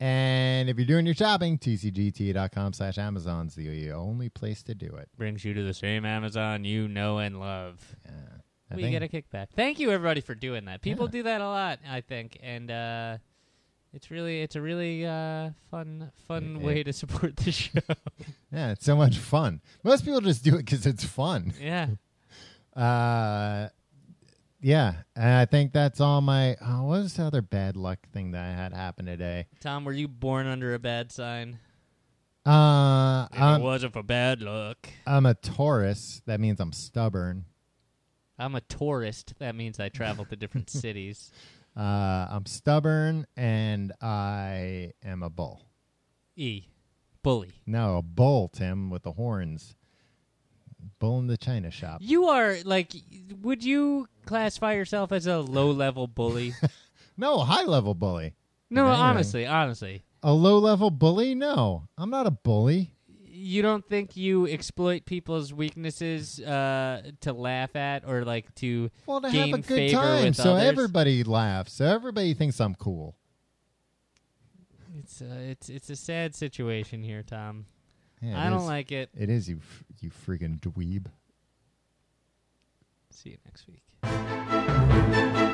[SPEAKER 1] and if you're doing your shopping, tcgt.com slash Amazon's the only place to do it.
[SPEAKER 2] brings you to the same Amazon you know and love.
[SPEAKER 1] Yeah. I
[SPEAKER 2] We
[SPEAKER 1] think-
[SPEAKER 2] get a kickback. Thank you everybody for doing that. People
[SPEAKER 1] Yeah.
[SPEAKER 2] do that a lot, I think, and uh, it's really it's a really uh, fun fun
[SPEAKER 1] It-
[SPEAKER 2] way to support
[SPEAKER 1] <laughs>
[SPEAKER 2] the show.
[SPEAKER 1] yeah, it's so much fun. Most people just do it because it's fun.
[SPEAKER 2] yeah,
[SPEAKER 1] Uh, yeah, and I think that's all my. Oh, what was the other bad luck thing that I had happen today?
[SPEAKER 2] Tom, were you born under a bad sign?
[SPEAKER 1] Uh,
[SPEAKER 2] If it
[SPEAKER 1] I'm,
[SPEAKER 2] wasn't for bad luck.
[SPEAKER 1] I'm a Taurus. That means I'm stubborn.
[SPEAKER 2] I'm a tourist. That means I travel
[SPEAKER 1] <laughs>
[SPEAKER 2] to different cities.
[SPEAKER 1] Uh, I'm stubborn and I am a bull.
[SPEAKER 2] E, bully.
[SPEAKER 1] No, a bull, Tim, with the horns. Bull in the china shop.
[SPEAKER 2] You are like, would you classify
[SPEAKER 1] <laughs>
[SPEAKER 2] yourself as a low level bully?
[SPEAKER 1] No, high level bully.
[SPEAKER 2] no,
[SPEAKER 1] Yeah.
[SPEAKER 2] honestly, honestly.
[SPEAKER 1] a low level bully? No, I'm not a bully.
[SPEAKER 2] You don't think you exploit people's weaknesses uh, to laugh at or like to
[SPEAKER 1] Well, to
[SPEAKER 2] gain
[SPEAKER 1] have a good
[SPEAKER 2] favor
[SPEAKER 1] time,
[SPEAKER 2] with
[SPEAKER 1] so
[SPEAKER 2] others?
[SPEAKER 1] everybody laughs, so everybody thinks I'm cool.
[SPEAKER 2] It's uh, it's it's a sad situation here, Tom.
[SPEAKER 1] Yeah, it
[SPEAKER 2] I don't
[SPEAKER 1] is-
[SPEAKER 2] like it.
[SPEAKER 1] It is you, f- you freaking dweeb.
[SPEAKER 2] See you next week.